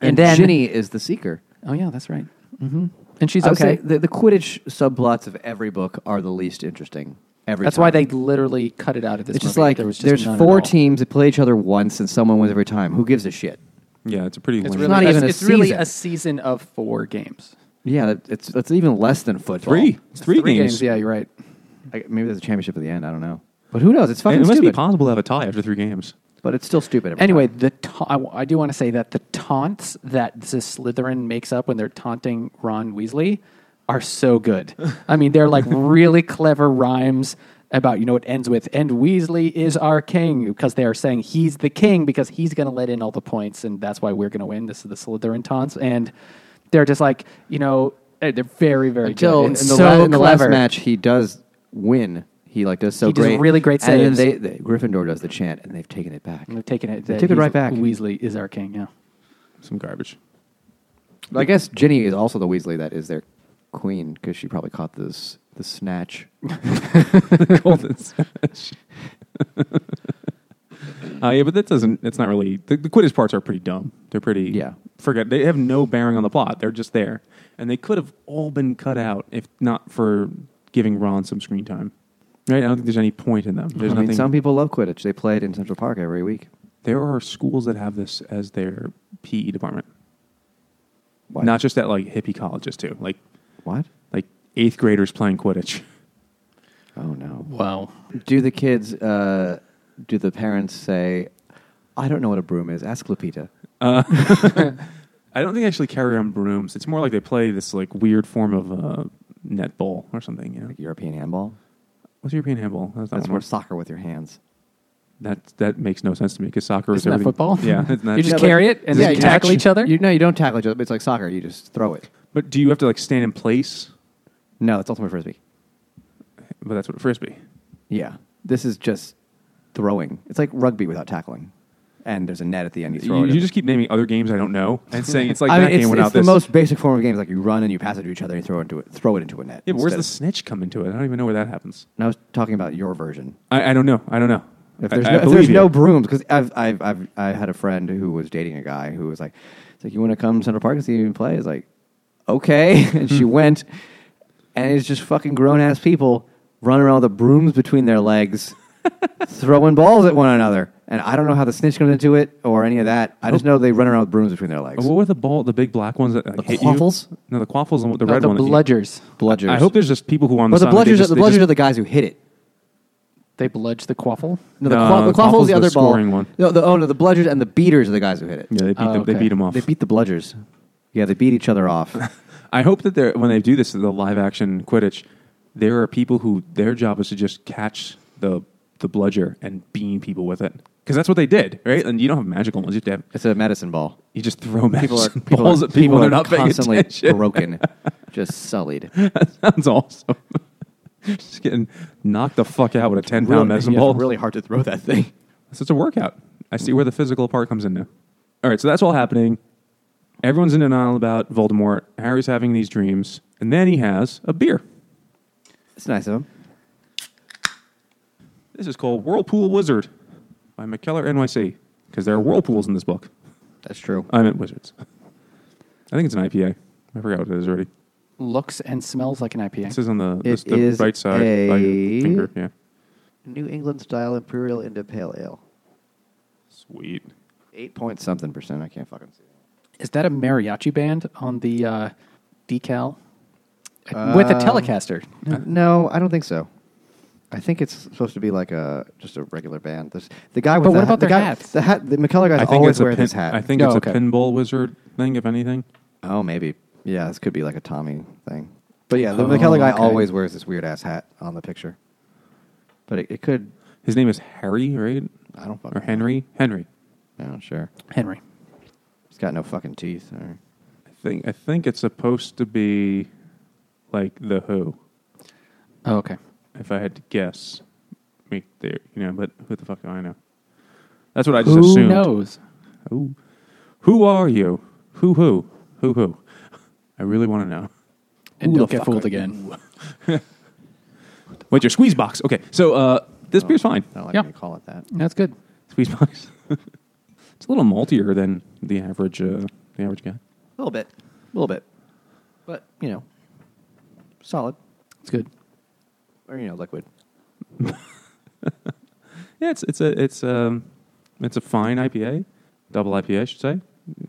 S3: And, then Ginny is the seeker.
S1: Oh yeah, that's right. hmm And she's
S3: I would say
S1: okay.
S3: The, the Quidditch subplots of every book are the least interesting. Every
S1: That's
S3: time.
S1: why they literally cut it out of this.
S3: It's just
S1: movie.
S3: like
S1: there was just
S3: there's
S1: none at
S3: four
S1: all.
S3: teams that play each other once, and someone wins every time. Who gives a shit?
S2: Yeah, it's a pretty.
S1: It's
S2: lame-
S1: really,
S3: not
S1: it's,
S3: even a
S1: it's really
S3: season.
S1: a season of four games.
S3: Yeah, that, it's that's even less than football.
S2: Three. It's three, games.
S1: Yeah, you're right.
S3: I, maybe there's a championship at the end. I don't know. But who knows? It's
S2: And
S3: fucking
S2: it must be
S3: stupid.
S2: possible to have a tie after three games.
S3: but it's still stupid. Every
S1: Anyway,
S3: time.
S1: the ta- I, w- I do want to say that the taunts that the Slytherin makes up when they're taunting Ron Weasley are so
S3: [laughs]
S1: good. I mean, they're like really clever rhymes about you know it ends with and Weasley is our king because they are saying he's the king because he's going to let in all the points and that's why we're going to win. This is the Slytherin taunts and they're just like you know eh, they're very very good
S3: until in
S1: and
S3: the,
S1: so
S3: la- in the last
S1: clever.
S3: match, he does win. He like does so
S1: He does
S3: great,
S1: really great
S3: and then
S1: saves.
S3: they, they, Gryffindor does the chant, and they've taken it back.
S1: And they've taken it.
S3: They
S1: that
S3: took it
S1: he's-
S3: right back.
S1: Weasley is our king. Yeah.
S2: Some
S3: [laughs]
S2: garbage. [laughs]
S3: I guess Ginny is also the Weasley that is their queen because she probably caught this the snatch.
S2: Golden Smash. uh, yeah, but that doesn't. That's not really. The, the Quidditch parts are pretty dumb. They're pretty.
S3: Yeah.
S2: Forget they have no bearing on the plot. They're just there, and they could have all been cut out if not for giving Ron some screen time. Right? I don't think there's any point in them. There's
S3: I mean,
S2: nothing.
S3: some people love Quidditch. They play it in Central Park every week.
S2: there are schools that have this as their PE department.
S3: Why?
S2: Not just at like hippie colleges too. Like
S3: What?
S2: like eighth graders playing Quidditch.
S3: Oh no.
S1: Wow.
S3: Do the kids? Uh, do the parents say? I don't know what a broom is. Ask Lupita.
S2: I don't think they actually carry on brooms. It's more like they play this like weird form of uh, netball or something. You know,
S3: Like European handball.
S2: what's European handball? That's,
S3: That's
S2: that,
S3: more
S2: one.
S3: soccer with your hands.
S2: that that makes no sense to me because soccer is
S1: Isn't that
S2: everything.
S1: football?
S2: Yeah, it's
S3: [laughs]
S2: not-
S1: You just
S3: Yeah, but-
S1: carry it and
S3: Yeah,
S1: then
S3: you
S1: tackle
S3: catch-
S1: each other.
S3: You, no, you don't tackle each other. But it's like soccer. You just throw it.
S2: But do you have to like stand in place?
S3: No, it's ultimate frisbee.
S2: But that's what frisbee.
S3: Yeah, this is just throwing. It's like rugby without tackling, and there's a net at the end. You throw
S2: You,
S3: it.
S2: you
S3: in.
S2: just keep naming other games I don't know
S3: [laughs]
S2: and saying it's like
S3: I
S2: that
S3: mean, it's,
S2: game without
S3: it's the
S2: this.
S3: most basic form of games. Like you run and you pass it to each other and you throw into it. Throw it into a net.
S2: yeah, but where's
S3: instead
S2: the
S3: of-
S2: snitch come into it? I don't even know where that happens.
S3: And I was talking about your version.
S2: I, I don't know. I don't know.
S3: If
S2: I-
S3: there's,
S2: I
S3: no, if
S2: believe
S3: there's
S2: you.
S3: no brooms, because I've, I've, I've, I had a friend who was dating a guy who was like, it's like, you want to come to Central Park and see me play? It's like, okay. [laughs] and she
S2: Hmm.
S3: went, and it's just fucking grown ass people running around with the brooms between
S2: [laughs]
S3: their legs, throwing balls at one another. And I don't know how the snitch comes into it or any of that. I just know they run around with brooms between their legs.
S2: What were the ball, the big black ones that like,
S3: The
S2: hit
S3: quaffles?
S2: you? No, the quaffles and the
S1: No,
S2: red
S1: the
S2: one. that you-
S1: bludgers.
S3: Bludgers.
S2: I hope there's just people who on
S3: Well,
S2: the
S3: the
S2: side, they
S3: bludgers,
S2: just-
S3: the
S2: they
S3: bludgers
S2: just-
S3: are the guys who hit it.
S1: They bludge the quaffle.
S3: No, the,
S2: No,
S3: qua- the
S2: the
S3: quaffle's
S2: quaffle's
S3: the
S2: the
S3: other ball.
S2: scoring one.
S3: No, the, oh no, the bludgers and the beaters are the guys who hit it.
S2: Yeah, they beat,
S1: Oh,
S2: them, they
S1: okay.
S2: beat them off.
S3: They beat the bludgers. Yeah, they beat each
S2: [laughs]
S3: other off.
S2: I hope that they're, when they do this, the live action Quidditch, there are people who their job is to just catch the the bludger and beam people with it because that's what they did, right? And you don't have magical ones; you have to have
S3: it's a medicine ball.
S2: you just throw magic
S3: People are
S2: [laughs]
S3: people
S2: balls
S3: are,
S2: at people,
S3: people
S2: and
S3: are
S2: they're not paying
S3: constantly
S2: attention. [laughs]
S3: broken, just sullied.
S2: that sounds awesome. [laughs] just getting knocked the fuck out with a ten pound medicine
S3: yeah,
S2: ball.
S3: Really hard to throw that thing.
S2: So it's a workout. I see where the physical part comes in now. All right, so that's all happening. Everyone's in denial about Voldemort. Harry's having these dreams, and then he has a beer.
S3: It's nice of him.
S2: This is called Whirlpool Wizard by McKellar NYC because there are whirlpools in this book.
S3: That's true.
S2: I meant wizards. I think it's an IPA. I forgot what it is already.
S1: Looks and smells like an IPA.
S2: It says on the,
S3: It
S2: this- the
S3: is
S2: right side by
S3: a-
S2: your finger. Yeah.
S3: New England style imperial into pale ale.
S2: Sweet.
S3: Eight point something percent. I can't fucking see.
S1: Is that a mariachi band on the uh, decal with a Telecaster?
S3: that. No, I don't think so. I think it's supposed to be like a just a regular band. There's, the guy with
S1: But
S3: the
S1: what
S3: hat-
S1: about
S3: the
S1: their
S3: guy-
S1: hats?
S3: The hat. The McKellar guys
S2: I think
S3: always
S2: it's a
S3: wear
S2: pin,
S3: this hat.
S2: I think
S1: No,
S2: it's
S1: okay.
S2: a pinball wizard thing, if anything.
S3: Oh, maybe. Yeah, this could be like a Tommy thing. But yeah, the
S2: Oh,
S3: McKellar guy
S2: okay.
S3: always wears this weird ass hat on the picture. But it, it could.
S2: His name is Harry, right?
S3: I don't fucking.
S2: Or Henry? Henry.
S3: know. I'm not sure.
S1: Henry.
S3: He's got no fucking teeth. Or,
S2: I think I think it's supposed to be like the Who,
S1: Oh, okay.
S2: if I had to guess. Me there, you know, but who the fuck do I know? That's what I just
S1: Who
S2: assumed.
S1: knows?
S2: Who, who are you? Who who who who? I really want to know.
S1: And
S2: Who
S1: don't
S2: the
S1: get
S2: fuck
S1: fooled
S2: are
S1: again.
S2: Wait, your squeeze box. Okay, so uh, this beer's fine.
S3: I don't like
S1: Yeah.
S3: when you call it that.
S1: That's good.
S2: Squeeze box. [laughs] it's a little maltier than the average uh, the average guy.
S3: A little bit. A little bit. But, you know, solid.
S1: It's good.
S3: Or, you know, liquid.
S2: Yeah, it's it's a it's um it's a fine IPA, double IPA, I should say.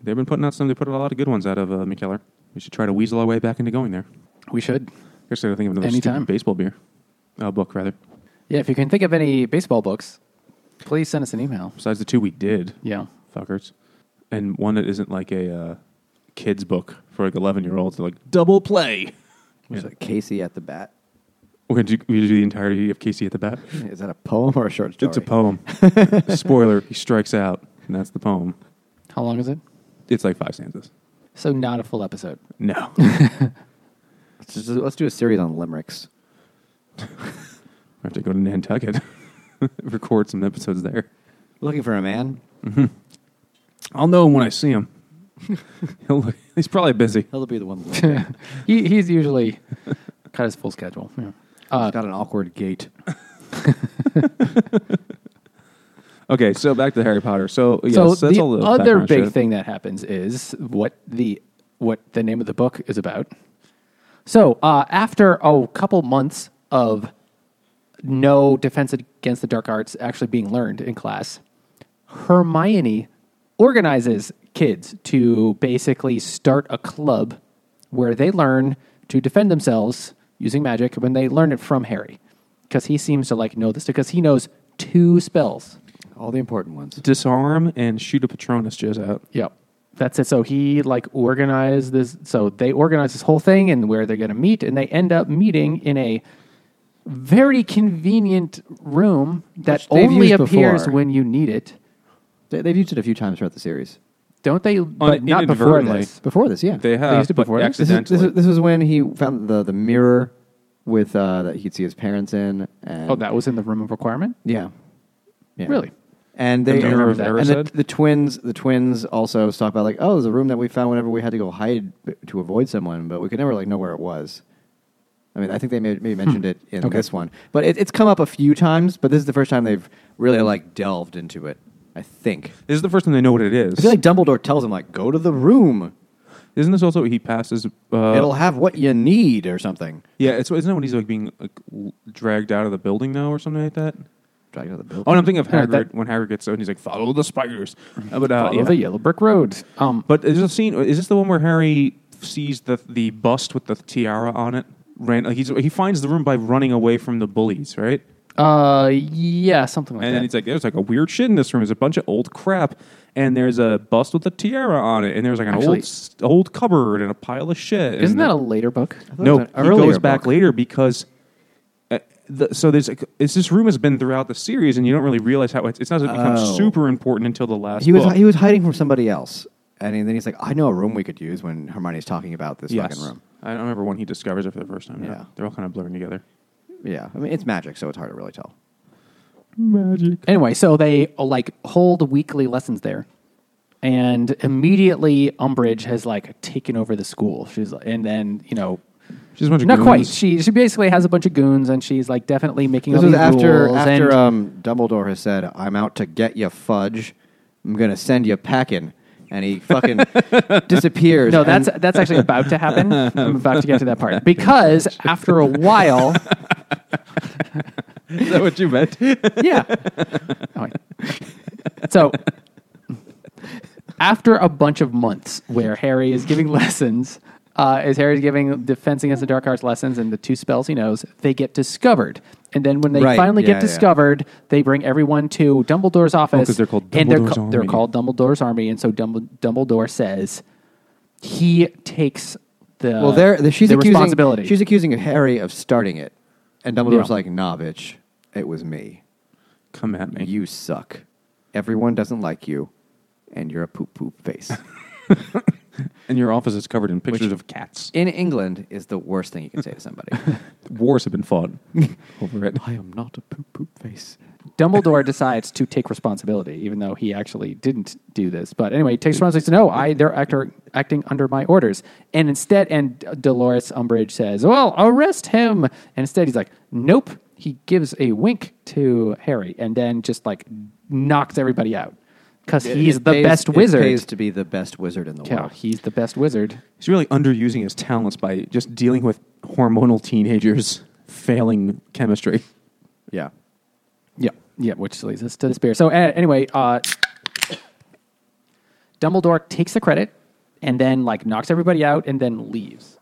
S2: They've been putting out some. They put out a lot of good ones out of uh, McKellar. We should try to weasel our way back into going there.
S1: We should.
S2: I guess I gotta think of another
S1: Anytime.
S2: stupid baseball beer, uh, book rather.
S1: Yeah, if you can think of any baseball books, please send us an email.
S2: Besides the two we did,
S1: Yeah.
S2: fuckers, and one that isn't like a uh, kids book for like eleven year olds. Like double play. [laughs]
S3: Was
S2: Yeah.
S3: it Casey at the bat? [clears throat]
S2: We're gonna do, we do the entirety of Casey at the bat.
S3: Is that a poem or a short story?
S2: It's a poem. Spoiler: He strikes out, and that's the poem.
S1: How long is it?
S2: It's like five stanzas.
S1: So not a full episode.
S2: No. [laughs]
S3: Let's, just, let's do a series on limericks.
S2: I have to go to Nantucket, [laughs] record some episodes there.
S3: Looking for a man?
S2: I'll know him when I see him. [laughs] He'll look, he's probably busy.
S3: He'll be the one. [laughs] He's
S1: he, he's usually got his full schedule. Yeah. Uh,
S3: got an awkward gait.
S2: Okay, so back to Harry Potter. So yes,
S1: so
S2: that's
S1: the
S2: all the
S1: other
S2: background
S1: big
S2: shit.
S1: thing that happens is what the what the name of the book is about. So uh, after a couple months of no defense against the dark arts actually being learned in class, Hermione organizes kids to basically start a club where they learn to defend themselves using magic when they learn it from Harry because he seems to like know this because he knows two spells
S3: all the important ones.
S2: Disarm and shoot a Patronus Joe's out.
S1: Yep. That's it. So he like organized this. So they organized this whole thing and where they're going to meet, and they end up meeting in a very convenient room that
S3: Which they've
S1: only
S3: used before.
S1: appears when you need it.
S3: They, they've used it a few times throughout the series.
S1: Don't they? But not before
S2: inadvertently.
S1: this.
S3: Before this, yeah,
S2: They have,
S1: used it
S2: but
S1: before this?
S3: This is,
S2: accidentally.
S3: this, is, this is when he found the, the mirror with uh, that he could see his parents in. And,
S1: Oh, that was in the room of requirement.
S3: yeah, yeah,
S1: Really?
S3: And they
S2: The mirror
S1: of
S3: and
S2: Erised?
S3: the, the twins. The twins also talk about like, oh, there's a room that we found whenever we had to go hide b- to avoid someone, but we could never like know where it was. I mean, I think they may, maybe mentioned it in
S1: Okay.
S3: this one, but it, it's come up a few times. But this is the first time they've really like delved into it. I think.
S2: This is the first time they know what it is.
S3: I feel like Dumbledore tells him like, go to the room.
S2: Isn't this also what he passes? Uh,
S3: It'll have what you need or something.
S2: yeah, it's isn't that when he's like being like, l- dragged out of the building now or something like that?
S3: Dragged out of the building.
S2: Oh, and I'm thinking of
S1: Yeah,
S2: Hagrid
S1: that-
S2: when Hagrid gets out and he's like, "Follow
S1: [laughs]
S2: the spiders." Uh, but, uh,
S1: Follow
S2: yeah.
S1: Oh, the yellow brick road. Um,
S2: But is this scene? Is this the one where Harry sees the the bust with the tiara on it? Ran, like he's, he finds the room by running away from the bullies, right?
S1: uh, yeah, something like
S2: And then
S1: that.
S2: he's like, "There's like a weird shit in this room. There's a bunch of old crap, and there's a bust with a tiara on it, and there's like an
S1: Actually-
S2: old s- old cupboard and a pile of shit." and
S1: Isn't that a later book?
S3: thought
S2: no?
S3: it was
S2: He
S3: an earlier
S2: goes back
S3: book.
S2: later because. Uh, the, so there's like, it's, this room has been throughout the series, and you don't really realize how it's, it's not it becomes
S3: Oh.
S2: super important until the last.
S3: He was
S2: book.
S3: he was hiding from somebody else, and then he's like, "I know a room we could use." When Hermione's talking about this
S2: Yes.
S3: fucking room,
S2: I don't remember when he discovers it for the first time. Yeah,
S3: Yeah.
S2: they're all kind of blurring together.
S3: yeah, I mean it's magic, so it's hard to really tell.
S2: Magic.
S1: Anyway, so they like hold weekly lessons there, and immediately Umbridge has like taken over the school. She's like, and then you know,
S2: She's a bunch of
S1: not
S2: goons.
S1: quite. She she basically has a bunch of goons, and she's like definitely making
S3: This
S1: up
S3: was
S1: these
S3: after
S1: rules.
S3: after
S1: and,
S3: um, Dumbledore has said, "I'm out to get you, fudge. I'm gonna send you packing," and
S1: [laughs]
S3: he fucking disappears.
S1: no,
S3: and-
S1: that's that's actually about to
S2: [laughs]
S1: happen. I'm about to get to that part because after a while,
S2: [laughs] Is that what you meant?
S1: [laughs] yeah. Oh, wait. So after a bunch of months where Harry is giving lessons, uh, as Harry's giving Defense Against the Dark Arts lessons and the two spells he knows, they get discovered. And then when they
S3: Right,
S1: finally
S3: yeah,
S1: get
S3: yeah.
S1: discovered, they bring everyone to Dumbledore's office.
S2: Oh, 'cause they're called
S1: and they're,
S2: Dumbledore's
S1: ca- they're
S2: Army.
S1: called Dumbledore's Army. And so Dumb- Dumbledore says he takes the
S3: well, there the, she's
S1: the
S3: accusing
S1: responsibility.
S3: she's accusing Harry of starting it, and Dumbledore's
S1: Yeah.
S3: like, "Nah, bitch, it was me.
S2: Come at me.
S3: You suck. Everyone doesn't like you, and you're a poop poop [laughs] face."
S2: and your office is covered in pictures of cats.
S3: in England is the worst thing you can say to [laughs] somebody.
S2: Wars have been [laughs] fought over it.
S3: I am not a poop poop face.
S1: Dumbledore decides to take responsibility, even though he actually didn't do this. But anyway, he takes responsibility. No, I they're actor, acting under my orders. And instead, and Dolores Umbridge says, "Well, arrest him." And instead, he's like, "Nope." He gives a wink to Harry, and then just like knocks everybody out because he's
S3: It
S1: the
S3: pays-
S1: best
S3: it
S1: wizard.
S3: pays to be the best wizard in the
S1: yeah,
S3: world.
S1: he's the best wizard.
S2: He's really underusing his talents by just dealing with hormonal teenagers failing chemistry.
S3: Yeah.
S1: Yeah, yeah, which leads us to the spear. So a- anyway, uh, Dumbledore takes the credit and then like knocks everybody out and then leaves.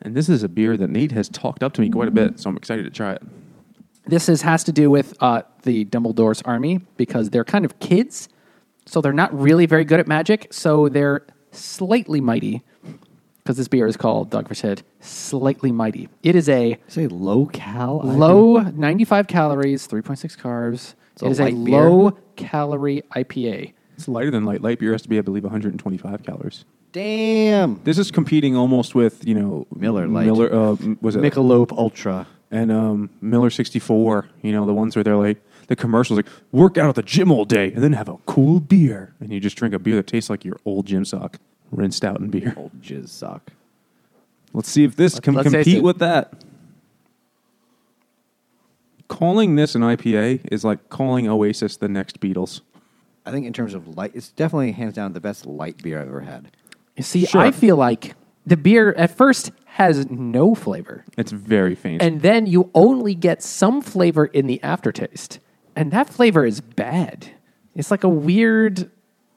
S2: And this is a beer that Nate has talked up to me quite a bit, so I'm excited to try it.
S1: This is has to do with uh, the Dumbledore's army because they're kind of kids, so they're not really very good at magic. So they're slightly mighty because this beer is called Dogfish Head Slightly Mighty. It is a
S3: Say low cal.
S1: low 95 calories, 3.6 carbs.
S3: a
S1: it is a
S3: light beer.
S1: low calorie IPA.
S2: It's lighter than light. Light beer has to be, I believe, 125 calories.
S3: Damn.
S2: This is competing almost with, you know,
S3: Miller Lite.
S2: Miller, uh, m- was it
S3: Michelob Ultra.
S2: and um, Miller 64, you know, the ones where they're like, the commercials like, work out at the gym all day and then have a cool beer. And you just drink a beer that tastes like your old gym sock, rinsed out in beer.
S3: Old jizz sock.
S2: Let's see if this can
S1: let's taste
S2: compete
S1: it.
S2: with that. Calling this an IPA is like calling Oasis the next Beatles.
S3: I think in terms of light, it's definitely hands down the best light beer I've ever had.
S1: You see,
S2: Sure.
S1: I feel like the beer at first has no flavor,
S2: It's very faint.
S1: and then you only get some flavor in the aftertaste, and that flavor is bad. It's like a weird.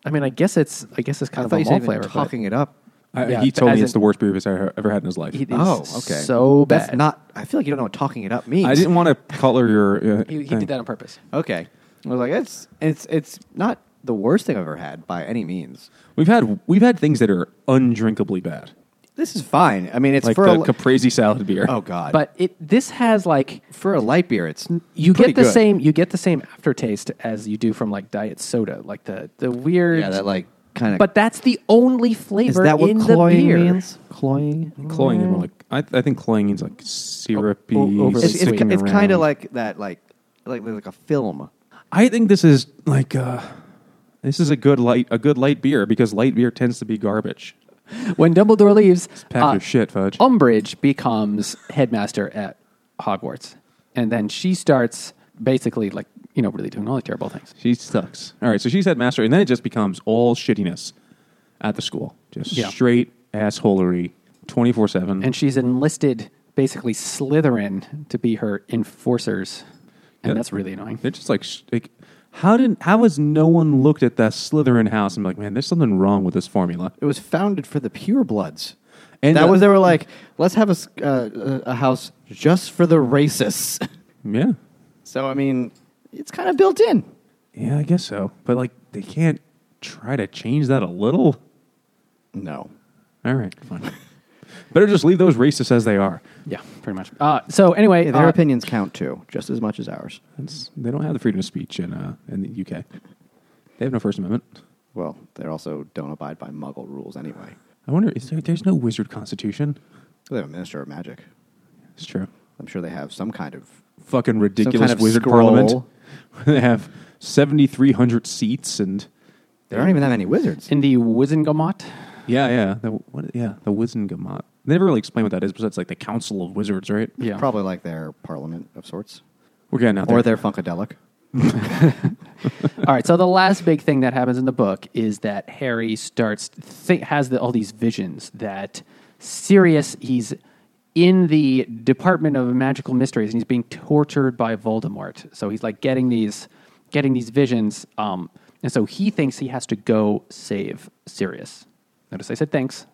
S1: I mean, I guess it's I guess it's kind of
S3: I
S1: a
S3: thought you
S1: malt
S3: said
S1: flavor.
S3: flavor,
S1: but
S3: talking it up.
S2: I-
S1: yeah,
S2: he told
S1: as
S2: me it's
S1: in-
S2: the worst beer he's ever, ever had in his life.
S1: It is
S3: Oh, okay.
S1: so bad.
S3: That's not. I feel like you don't know what talking it up means.
S2: I didn't want to color your. Uh,
S1: he, he
S2: thing.
S1: did that on purpose.
S3: Okay. I was like, it's it's it's not the worst thing I've ever had by any means.
S2: We've had we've had things that are undrinkably bad,
S3: This is fine. I mean, it's
S2: like
S3: for
S2: the
S3: a,
S2: Caprese salad beer.
S3: oh god,
S1: But it this has like
S3: for a light beer, it's
S1: you
S3: pretty
S1: get the
S3: good.
S1: same you get the same aftertaste as you do from like diet soda, like the the weird
S3: Yeah, that like kind of.
S1: But that's the only flavor
S3: is that what
S1: in the
S3: cloying
S1: beer.
S3: means? Cloying.
S2: [laughs] cloying
S3: Mm.
S2: is more like I, I think cloying is like syrupy.
S1: O- overly
S3: It's, it's,
S2: sticking
S3: it's kind of
S2: around.
S3: like that, like like like a film.
S2: I think this is like uh, this is a good light a good light beer because light beer tends to be garbage.
S1: When Dumbledore leaves,
S2: Pack
S1: uh,
S2: your shit, Fudge.
S3: oh.
S1: Umbridge becomes headmaster at Hogwarts, and then she starts basically like you know really doing all the terrible things.
S2: She sucks. All right, so she's headmaster, and then it just becomes all shittiness at the school, just
S1: Yeah.
S2: straight assholery, twenty four seven.
S1: and she's enlisted basically Slytherin to be her enforcers, and
S2: Yeah.
S1: that's really annoying.
S2: They're just like, sh- like how did how has no one looked at that Slytherin house and be like, man, there's something wrong with this formula?
S3: It was founded for the purebloods.
S2: And
S3: And that
S2: the-
S3: was they were like, let's have a s- uh, a a house just for the racists. [laughs]
S2: Yeah,
S3: so I mean, it's kind of built in.
S2: yeah, I guess so. But like, they can't try to change that a little.
S3: No,
S2: All right, fine. Better just leave those racists as they are.
S1: Yeah, pretty much. Uh, so anyway,
S3: Yeah, their
S1: uh,
S3: opinions count too, just as much as ours.
S2: It's, they don't have the freedom of speech in uh, in the UK. They have no First Amendment.
S3: Well, they also don't abide by Muggle rules anyway.
S2: I wonder, is there? There's no wizard constitution.
S3: They have a minister of magic.
S2: It's true.
S3: I'm sure they have some kind of.
S2: Fucking ridiculous
S3: of
S2: wizard
S3: scroll.
S2: parliament. [laughs] they have seventy three hundred seats and.
S3: There aren't even that many wizards.
S1: in the Wizengamot,
S2: Yeah, yeah. The, what, yeah, the Wizengamot. They never really explain what that is, but that's like the Council of Wizards, right?
S1: yeah,
S3: Probably like their parliament of sorts,
S2: We're getting out there.
S3: or their funkadelic.
S1: all right. So the last big thing that happens in the book is that Harry starts thi- has the, all these visions that Sirius he's in the Department of Magical Mysteries and he's being tortured by Voldemort. So he's like getting these getting these visions, um, and so he thinks he has to go save Sirius. Notice I said thanks.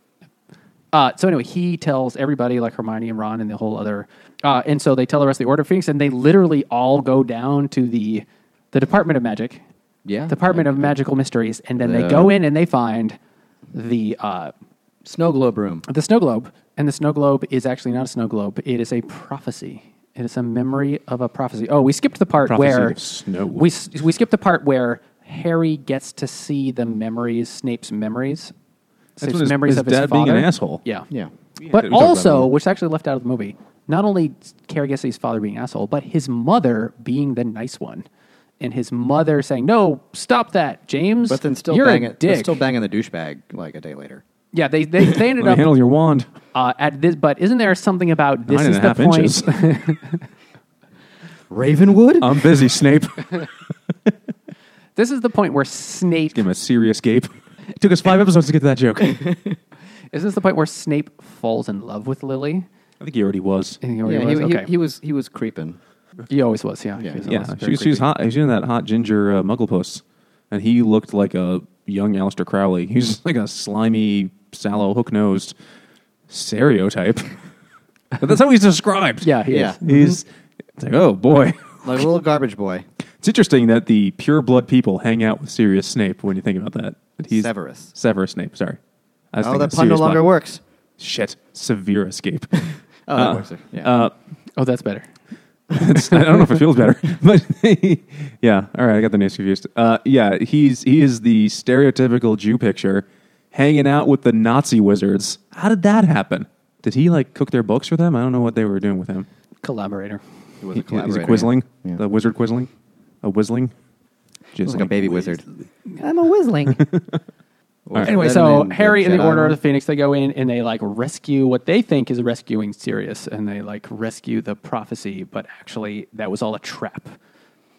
S1: Uh, so anyway, he tells everybody, like Hermione and Ron and the whole other, uh, and so they tell the rest of the Order of Phoenix, and they literally all go down to the the Department of Magic,
S3: Yeah.
S1: Department of Magical Mysteries, and then they
S3: Yeah.
S1: go in and they find the uh,
S3: Snow globe room.
S1: the snow globe, and the snow globe is actually not a snow globe; it is a prophecy. It is a memory of a prophecy. Oh, we skipped the part
S2: Prophecy
S1: where
S2: of snow.
S1: we s- we skipped the part where Harry gets to see the memories, Snape's memories, Snape's
S2: when his- his dad being an asshole.
S1: Yeah,
S3: Yeah.
S2: We had- we
S1: but
S2: talked about
S1: also,
S2: that.
S1: which is actually left out of the movie, not only Carrie Gessie's father being an asshole, but his mother being the nice one, and his mother saying, "No, stop that, James."
S3: But then still
S1: you're
S3: bang
S1: a
S3: it.
S1: dick.
S3: but Still banging the douchebag like a day later.
S1: yeah, they
S2: [laughs]
S1: they, they ended
S2: Let me
S1: up
S2: handle your wand.
S1: uh, at this. But isn't there something about this
S2: Nine and
S1: is
S2: a
S1: the
S2: half
S1: point?
S2: inches. [laughs]
S1: [laughs]
S3: Ravenwood.
S2: I'm busy, Snape.
S1: This is the point where Snape.
S2: Give him a
S1: [laughs]
S2: serious gape. Took us five episodes to get to that joke. I
S1: Is this the point where Snape falls in love with Lily?
S2: think he already was.
S1: And Oh, he
S3: yeah,
S1: already
S3: he,
S1: was?
S3: he-
S1: okay.
S3: he was he was creeping.
S1: He always was. Yeah.
S3: Yeah,
S1: he was
S2: Yeah,
S1: always
S2: she,
S1: very
S2: was- she was
S1: creepy.
S2: hot. She was in that hot ginger uh, muggle puss, and he looked like a young Aleister Crowley. He was just like a slimy, sallow, hook nosed
S1: [laughs]
S2: stereotype. but that's how he's described.
S1: Yeah, he
S3: Yeah.
S1: is.
S2: He's it's like, oh boy.
S3: Like a little garbage
S1: [laughs]
S3: boy.
S2: It's interesting that the pure blood people hang out with Sirius Snape when you think about that. That he's
S3: Severus.
S2: Severus Snape, sorry. I was
S3: Oh,
S2: thinking
S3: that
S2: of
S3: pun no
S2: Sirius
S3: longer
S2: Black.
S3: works.
S2: Shit. Severe escape. [laughs]
S3: Oh, that
S2: Uh,
S3: works. Yeah.
S2: uh,
S1: Oh, that's better.
S2: It's- I don't know if it feels better, [laughs] but yeah. All right, I got the names confused. Uh, yeah, he's he is the stereotypical Jew picture, hanging out with the Nazi wizards. How did that happen? Did he like cook their books for them? I don't know what they were doing with him.
S1: Collaborator.
S3: he was
S2: He-
S3: a
S2: he's a
S3: collaborator.
S2: quizzling,
S3: Yeah.
S2: the wizard quizzling, a whistling.
S3: He was like a baby wizard.
S4: I'm a whizzling.
S2: right.
S1: Anyway,
S3: Better
S1: so
S3: than
S1: Harry and the
S3: Jedi
S1: Order of
S3: one.
S1: the Phoenix, they go in and they like rescue what they think is rescuing Sirius, and they like rescue the prophecy, but actually that was all a trap.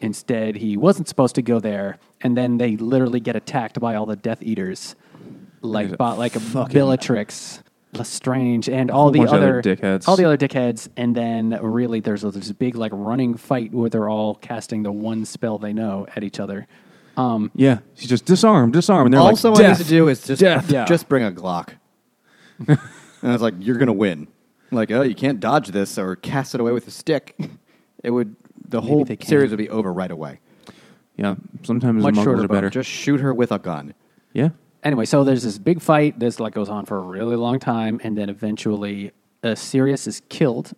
S1: Instead, he wasn't supposed to go there, and then they literally get attacked by all the Death Eaters,
S2: There's
S1: like
S2: a
S1: bot like Bellatrix, Lestrange, and all the
S2: bunch of
S1: other,
S2: other dickheads.
S1: all the other dickheads, and then really there's this big like running fight where they're all casting the one spell they know at each other. Um,
S2: Yeah, she's just disarm, disarm, and they're
S3: All
S2: like,
S3: someone needs
S2: "Death."
S3: to do is just
S2: Death.
S1: Yeah.
S3: just bring a [laughs] Glock. and I was like, you're gonna win. Like, oh, you can't dodge this or cast it away with a stick. It would the whole
S1: they can.
S3: series would be over right away.
S2: Yeah, sometimes
S1: Much
S2: the muggles
S1: shorter
S2: are better.
S3: Just shoot her with a gun.
S2: yeah,
S1: Anyway, so there's this big fight. This like goes on for a really long time, and then eventually, uh, Sirius is killed.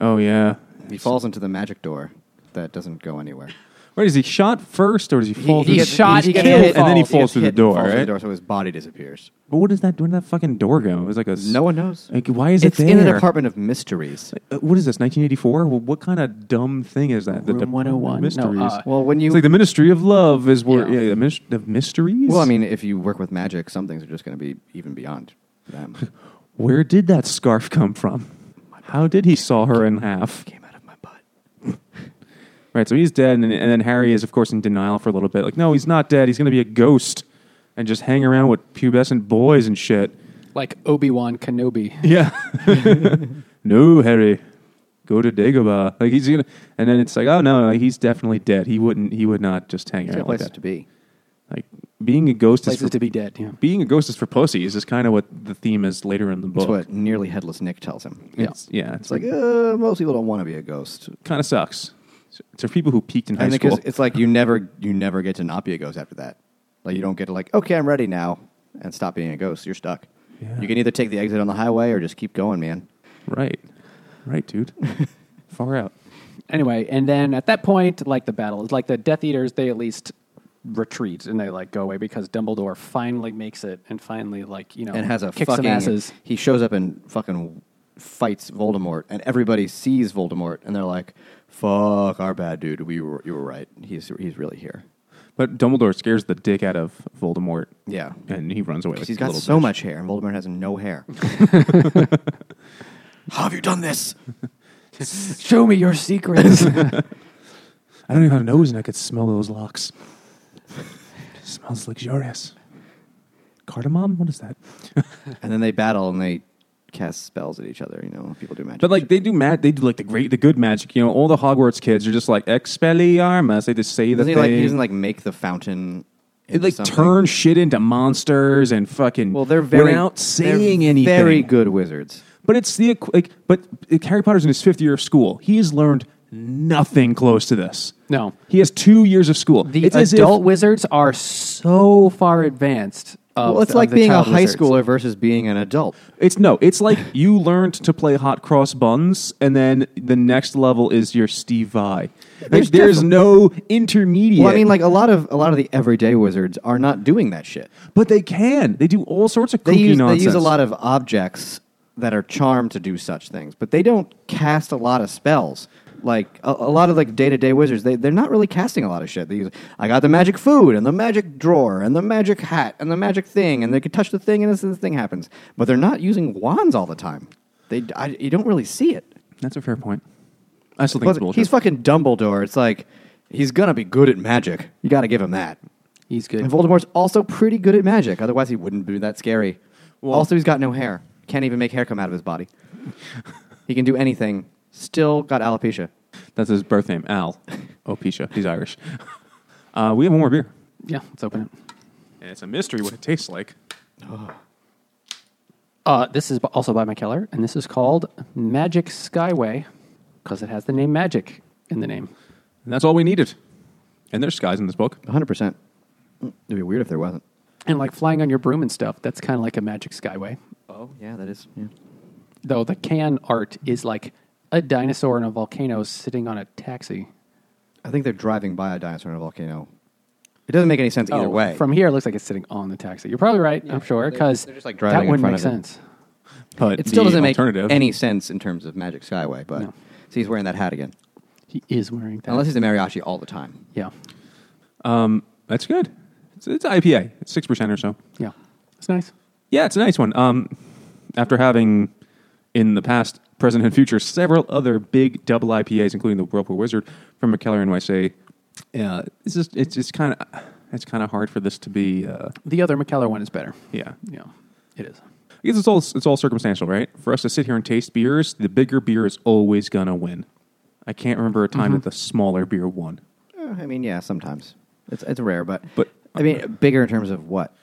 S2: oh yeah.
S3: He falls into the magic door that doesn't go anywhere.
S2: Wait, is he shot first, or does he fall?
S1: he
S2: through
S1: gets
S2: the-
S1: shot, he
S3: gets
S1: killed,
S3: hit,
S2: and then he
S1: falls.
S2: falls
S3: gets
S2: through
S3: hit,
S2: the door,
S3: falls through
S2: right?
S3: the door, so his body disappears.
S2: But what is that? Where did that fucking door go? It was like a s-
S3: No one knows.
S2: Like, why is
S3: it's
S2: it
S3: in
S2: there?
S3: the Department of Mysteries.
S2: Uh, What is this? 1984? Well, what kind of dumb thing is that? The
S1: Room
S2: Department of
S1: 101? No,
S2: Mysteries.
S1: uh,
S3: Well, when you
S2: it's like the Ministry of Love is where
S1: Yeah.
S2: yeah, the mis- the mysteries.
S3: well, I mean, if you work with magic, some things are just going to be even beyond them.
S2: where did that scarf come from? How did he saw her in half?
S3: Came out of my butt.
S2: Right, so he's dead, and, and then Harry is, of course, in denial for a little bit. Like, no, he's not dead. He's going to be a ghost and just hang around with pubescent boys and shit.
S1: like Obi Wan Kenobi.
S3: [laughs]
S2: Yeah. [laughs] no, Harry, go to Dagobah. Like he's gonna, and then it's like, oh no, like, he's definitely dead. He wouldn't. He would not just hang
S3: It's got
S2: around like
S3: places
S2: that.
S3: to be.
S2: Like being a ghost is
S1: Places
S2: for,
S1: to be dead. Yeah.
S2: being a ghost is for pussies is kind of what the theme is later in the book.
S3: That's what nearly headless Nick tells him.
S1: Yeah.
S2: It's, yeah, it's
S3: It's like
S2: like
S3: uh, most people don't want to be a ghost.
S2: kind of sucks. It's- It's for people who peaked in high
S3: And
S2: school.
S3: because it's like you never you never get to not be a ghost after that. Like you don't get to like okay I'm ready now and stop being a ghost. You're stuck.
S2: Yeah.
S3: You can either take the exit on the highway or just keep going, man.
S2: Right, right,
S3: [laughs]
S2: dude. Far out.
S1: Anyway, and then at that point, like the battle is like the Death Eaters, they at least retreat and they like go away because Dumbledore finally makes it and finally like you know
S3: And has a
S1: kicks
S3: fucking
S1: some asses.
S3: he shows up and fucking fights Voldemort and everybody sees Voldemort and they're like, "Fuck, our bad dude. We were you were right. He's he's really here."
S2: But Dumbledore scares the dick out of Voldemort.
S3: Yeah.
S2: and he runs away. Like
S3: Because he's
S2: a
S3: got
S2: little
S3: so
S2: bitch.
S3: much hair, and Voldemort has no [laughs] hair. How have you done this?
S1: Show me your secrets.
S2: I don't even have a nose, and I could smell those
S3: [laughs]
S2: locks. smells luxurious. Cardamom? What is that?
S3: And then they battle and they cast spells at each other. You know, people do magic.
S2: But like they do, mad. They do like the great, the good magic. You know, all the Hogwarts kids are just like expelliarmus. They just say that
S3: doesn't
S2: they
S3: he like he doesn't like make the fountain.
S2: they,
S3: into
S2: like
S3: something?
S2: turn shit into monsters and fucking.
S3: Well, they're very
S2: without
S3: they're
S2: saying anything.
S3: Very good wizards.
S2: But it's the equ- like. But Harry Potter's in his fifth year of school. He has learned nothing close to this.
S1: No.
S2: he has two years of school.
S1: the
S2: it's as if-
S1: adult wizards are so far advanced. Of,
S3: well, it's
S1: of
S3: like
S1: the
S3: being a
S1: child
S3: high
S1: wizards.
S3: schooler versus being an adult.
S2: It's no, it's like [laughs] you learned to play hot cross buns, and then the next level is your Steve Vai. Like,
S3: There's
S2: There's,
S3: different-
S2: no intermediate.
S3: Well, I mean, like a lot of a lot of the everyday wizards are not doing that shit.
S2: but they can. They do all sorts of
S3: They
S2: kooky
S3: use
S2: nonsense.
S3: they use a lot of objects that are charmed to do such things, but they don't cast a lot of spells. Like a, a lot of like day to day wizards, they they're not really casting a lot of shit. They use I got the magic food and the magic drawer and the magic hat and the magic thing, and they could touch the thing and this and this thing happens. But they're not using wands all the time. They I, you don't really see it.
S2: That's a fair point. I still think
S3: But
S2: it's bullshit.
S3: he's fucking Dumbledore. It's like he's gonna be good at magic. You got to give him that.
S1: He's good.
S3: And Voldemort's also pretty good at magic. Otherwise, he wouldn't be that scary. also, he's got no hair. Can't even make hair come out of
S1: [laughs]
S3: his body. he can do anything. Still got alopecia.
S2: That's his birth name,
S3: [laughs]
S2: Al Opisha. He's Irish. Uh, we have one more beer,
S1: Yeah, let's open it.
S2: and it's a mystery what it tastes like.
S1: Uh, this is b- also by McKellar, and this is called Magic Skyway because it has the name Magic in the name.
S2: And that's all we needed. And there's skies in this book.
S3: 100%. It'd be weird if there wasn't.
S1: And like flying on your broom and stuff, that's kind of like a Magic Skyway.
S3: Oh, yeah, that is.
S1: Though the can art is like a dinosaur in a volcano sitting on a taxi.
S3: I think they're driving by a dinosaur in a volcano. It doesn't make any sense either
S1: Oh,
S3: way.
S1: From here, it looks like it's sitting on the taxi. You're probably right, I'm sure,
S3: they're-
S1: because
S3: they're just, like,
S1: that
S3: driving in
S1: wouldn't
S3: front
S1: make
S3: of it.
S1: sense.
S2: But
S3: it still
S2: the
S3: doesn't make
S2: alternative-
S3: any sense in terms of Magic Skyway, but.
S1: No.
S3: So he's wearing that hat again.
S1: He is wearing that.
S3: Unless he's a mariachi all the time.
S1: yeah,
S2: That's good. It's, it's IPA, six percent or so.
S1: yeah. It's nice.
S2: Yeah, it's a nice one. Um, after having in the past, present, and future several other big double IPAs, including the Whirlpool Wizard from McKellar NYC, uh, it's just it's just kind of it's kind of hard for this to be. Uh,
S1: The other McKellar one is better.
S2: yeah,
S1: Yeah, it is.
S2: I guess it's all it's all circumstantial, right? For us to sit here and taste beers, the bigger beer is always gonna win. I can't remember a time
S3: Mm-hmm.
S2: that the smaller beer won.
S3: Uh, I mean, yeah, sometimes. It's, it's rare, but.
S2: But-
S3: I
S1: uh,
S3: mean, bigger in terms of what?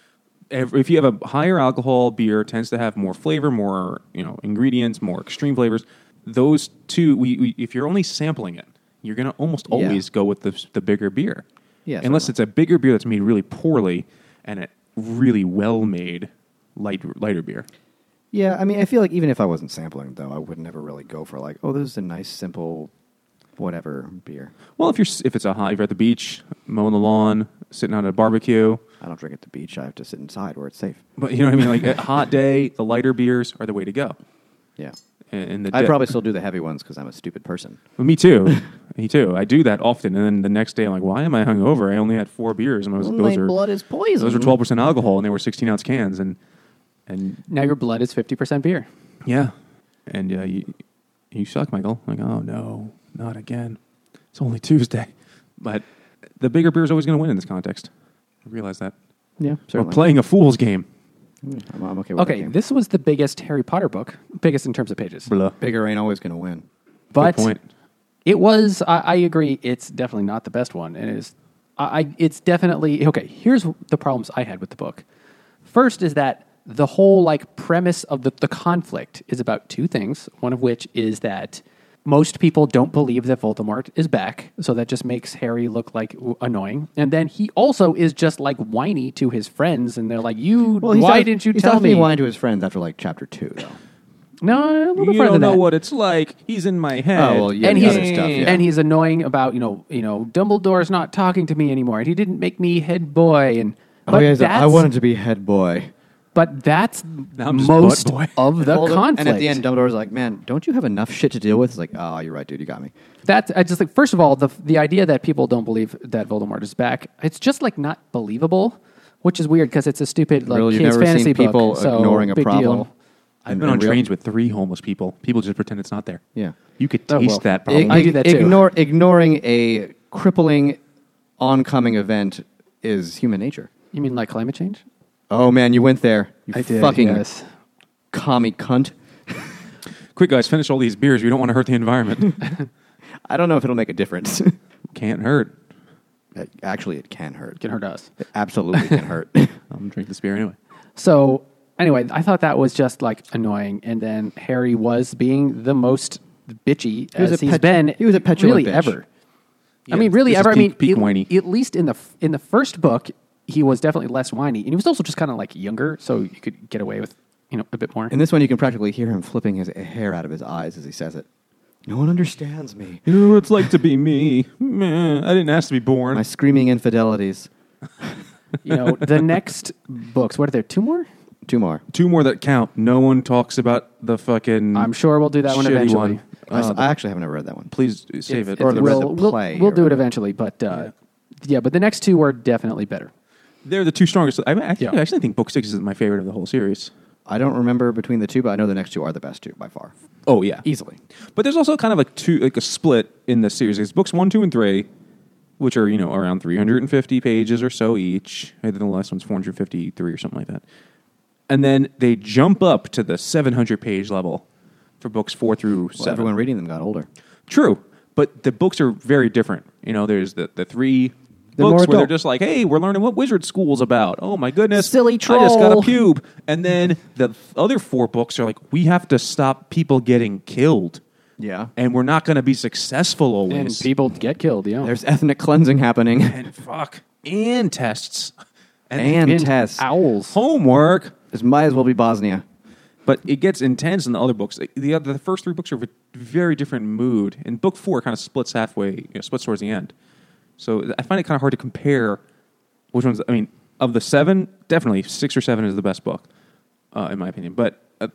S2: ev- if you have a higher alcohol beer tends to have more flavor more you know ingredients more extreme flavors those two we, we if you're only sampling it you're going to almost
S3: Yeah.
S2: always go with the, the bigger beer
S3: Yeah,
S2: Unless
S3: certainly.
S2: it's a bigger beer that's made really poorly and a really well made light lighter beer.
S3: Yeah, I mean, I feel like even if I wasn't sampling, though, I would never really go for like, oh, this is a nice, simple, whatever beer.
S2: Well, if you're s- if it's a hot, if you're at the beach mowing the lawn, sitting on a barbecue,
S3: I don't drink at the beach. I have to sit inside where it's safe.
S2: but you know what I mean. Like a hot day, the lighter beers are the way to go.
S3: Yeah.
S2: And, and the
S3: I'd
S2: de-
S3: probably still do the heavy ones because I'm a stupid person.
S2: Well, me too, [laughs] me too. I do that often, and then the next day I'm like, why am I hungover? I only had four beers, and I was, those are
S3: is poison.
S2: those are twelve percent alcohol, and they were sixteen ounce cans, and and
S1: Now your blood is 50% beer.
S2: Yeah, and uh, you you suck, Michael. Like, oh no, not again. It's only Tuesday, but the bigger beer is always going to win in this context. I realize that
S3: Yeah, certainly.
S2: we're playing a fool's game.
S3: I'm, I'm okay with that
S1: Okay,
S3: game.
S1: this was the biggest Harry Potter book, biggest in terms of pages.
S2: Blah.
S3: bigger ain't always going to win.
S1: But
S2: Good point.
S1: it was, I, I agree, it's definitely not the best one. And it is, I, I, it's definitely, okay, here's the problems I had with the book. First is that the whole like premise of the, the conflict is about two things, one of which is that most people don't believe that Voldemort is back, so that just makes Harry look like w- annoying. And then he also is just like whiny to his friends, and they're like, "You, why didn't you
S3: he's
S1: tell
S3: definitely
S1: me?"
S3: lying to his friends after like chapter two, though.
S1: No, a little
S2: You
S1: further
S2: don't
S1: than
S2: know
S1: that.
S2: what it's like. He's in my head.
S3: Oh, well, yeah.
S1: and
S3: the
S1: he's
S3: other stuff, yeah.
S1: and he's annoying about you know you know Dumbledore's not talking to me anymore, and he didn't make me head boy, and [laughs]
S3: Oh,
S1: but that's,
S3: I wanted to be head boy.
S1: but
S3: [laughs]
S1: that's
S2: I'm just butt
S1: most
S2: boy.
S1: of the conflict.
S3: And at the end, Dumbledore's like, "Man, don't you have enough shit to deal with?" It's like, "Oh, you're right, dude. You got me."
S1: that's I just like first of all the the idea that people don't believe that Voldemort is back, it's just like not believable, which is weird because it's a stupid like
S3: Really, you've
S1: kids
S3: never seen
S1: fantasy book,
S3: people
S1: so
S3: ignoring a
S1: big
S3: problem?
S1: Deal.
S2: I've
S3: And-
S2: been on
S3: and real-
S2: trains with three homeless people. People just pretend it's not there.
S3: Yeah.
S2: you could
S1: Oh,
S2: taste
S1: well.
S2: that.
S1: It-
S2: Probably.
S1: I do that too.
S3: Ignore, ignoring a crippling, oncoming event is human nature.
S1: You mean like climate change?
S3: Oh man, you went there. You fucking
S1: yes.
S3: commie cunt.
S2: Quick, guys, finish all these beers. We don't want to hurt the environment. [laughs]
S3: I don't know if it'll make a difference. [laughs]
S2: Can't hurt.
S3: Actually, it can hurt.
S1: can hurt us.
S3: It absolutely can hurt.
S2: I'm gonna drink this beer anyway.
S1: So anyway, I thought that was just like annoying, and then Harry was being the most bitchy
S3: was
S1: as
S3: a
S1: he's
S3: pet-
S1: been.
S3: he was a petulant
S1: really
S3: bitch.
S1: ever.
S2: Yeah,
S1: I mean, really
S2: this is
S1: ever.
S2: peak-
S1: I mean,
S2: peak
S1: at-
S2: whiny.
S1: At least in the f- in the first book, he was definitely less whiny, and he was also just kind of like younger, so you could get away with you know a bit
S3: [laughs]
S1: more.
S3: In this one, you can practically hear him flipping his hair out of his eyes as he says it. No one understands me.
S2: You know what it's like to be me. Meh, I didn't ask to be born.
S3: My screaming infidelities.
S1: you know, the next books. What are there? Two more.
S3: Two more.
S2: Two more that count. No one talks about the fucking.
S1: I'm sure we'll do that one
S2: shitty
S1: eventually.
S2: one. Uh,
S3: I s- I actually haven't read that one.
S2: Please save it.
S3: Or the
S1: we'll,
S3: rest of
S1: we'll-
S3: play
S1: we'll
S3: or
S1: do it
S3: whatever.
S1: eventually, but uh, yeah. but the next two were definitely better.
S2: They're the two strongest. I actually,
S1: Yeah.
S2: I actually think book six is my favorite of the whole series.
S3: I don't remember between the two, but I know the next two are the best two by far.
S2: Oh yeah,
S3: Easily.
S2: But there's also kind of like two, like a split in the series. It's books one, two, and three, which are you know around 350 pages or so each. I think the last one's 453 or something like that. And then they jump up to the 700 page level for books four through
S3: So
S2: seven.
S3: everyone reading them got older.
S2: True, but the books are very different. You know, there's the, the 3
S3: They're more
S2: books where they're
S3: adult.
S2: just like, "Hey, we're learning what wizard school's about." Oh my goodness,
S3: Silly
S2: I just got a
S3: troll.
S2: pube, and then the f- other four books are like, "We have to stop people getting killed."
S3: Yeah.
S2: and we're not going to be successful
S1: And
S2: always.
S1: people get killed. You know,
S3: There's ethnic cleansing happening.
S2: and fuck, and tests,
S3: [laughs] And
S1: And
S3: tests.
S1: owls.
S2: homework.
S3: This might as well be Bosnia.
S2: But it gets intense in the other books. The other, the first three books are of a very different mood, and book four kind of splits halfway, you know, splits towards the end. So I find it kind of hard to compare which ones. I mean, of the seven, definitely six or seven is the best book, uh, in my opinion. But uh,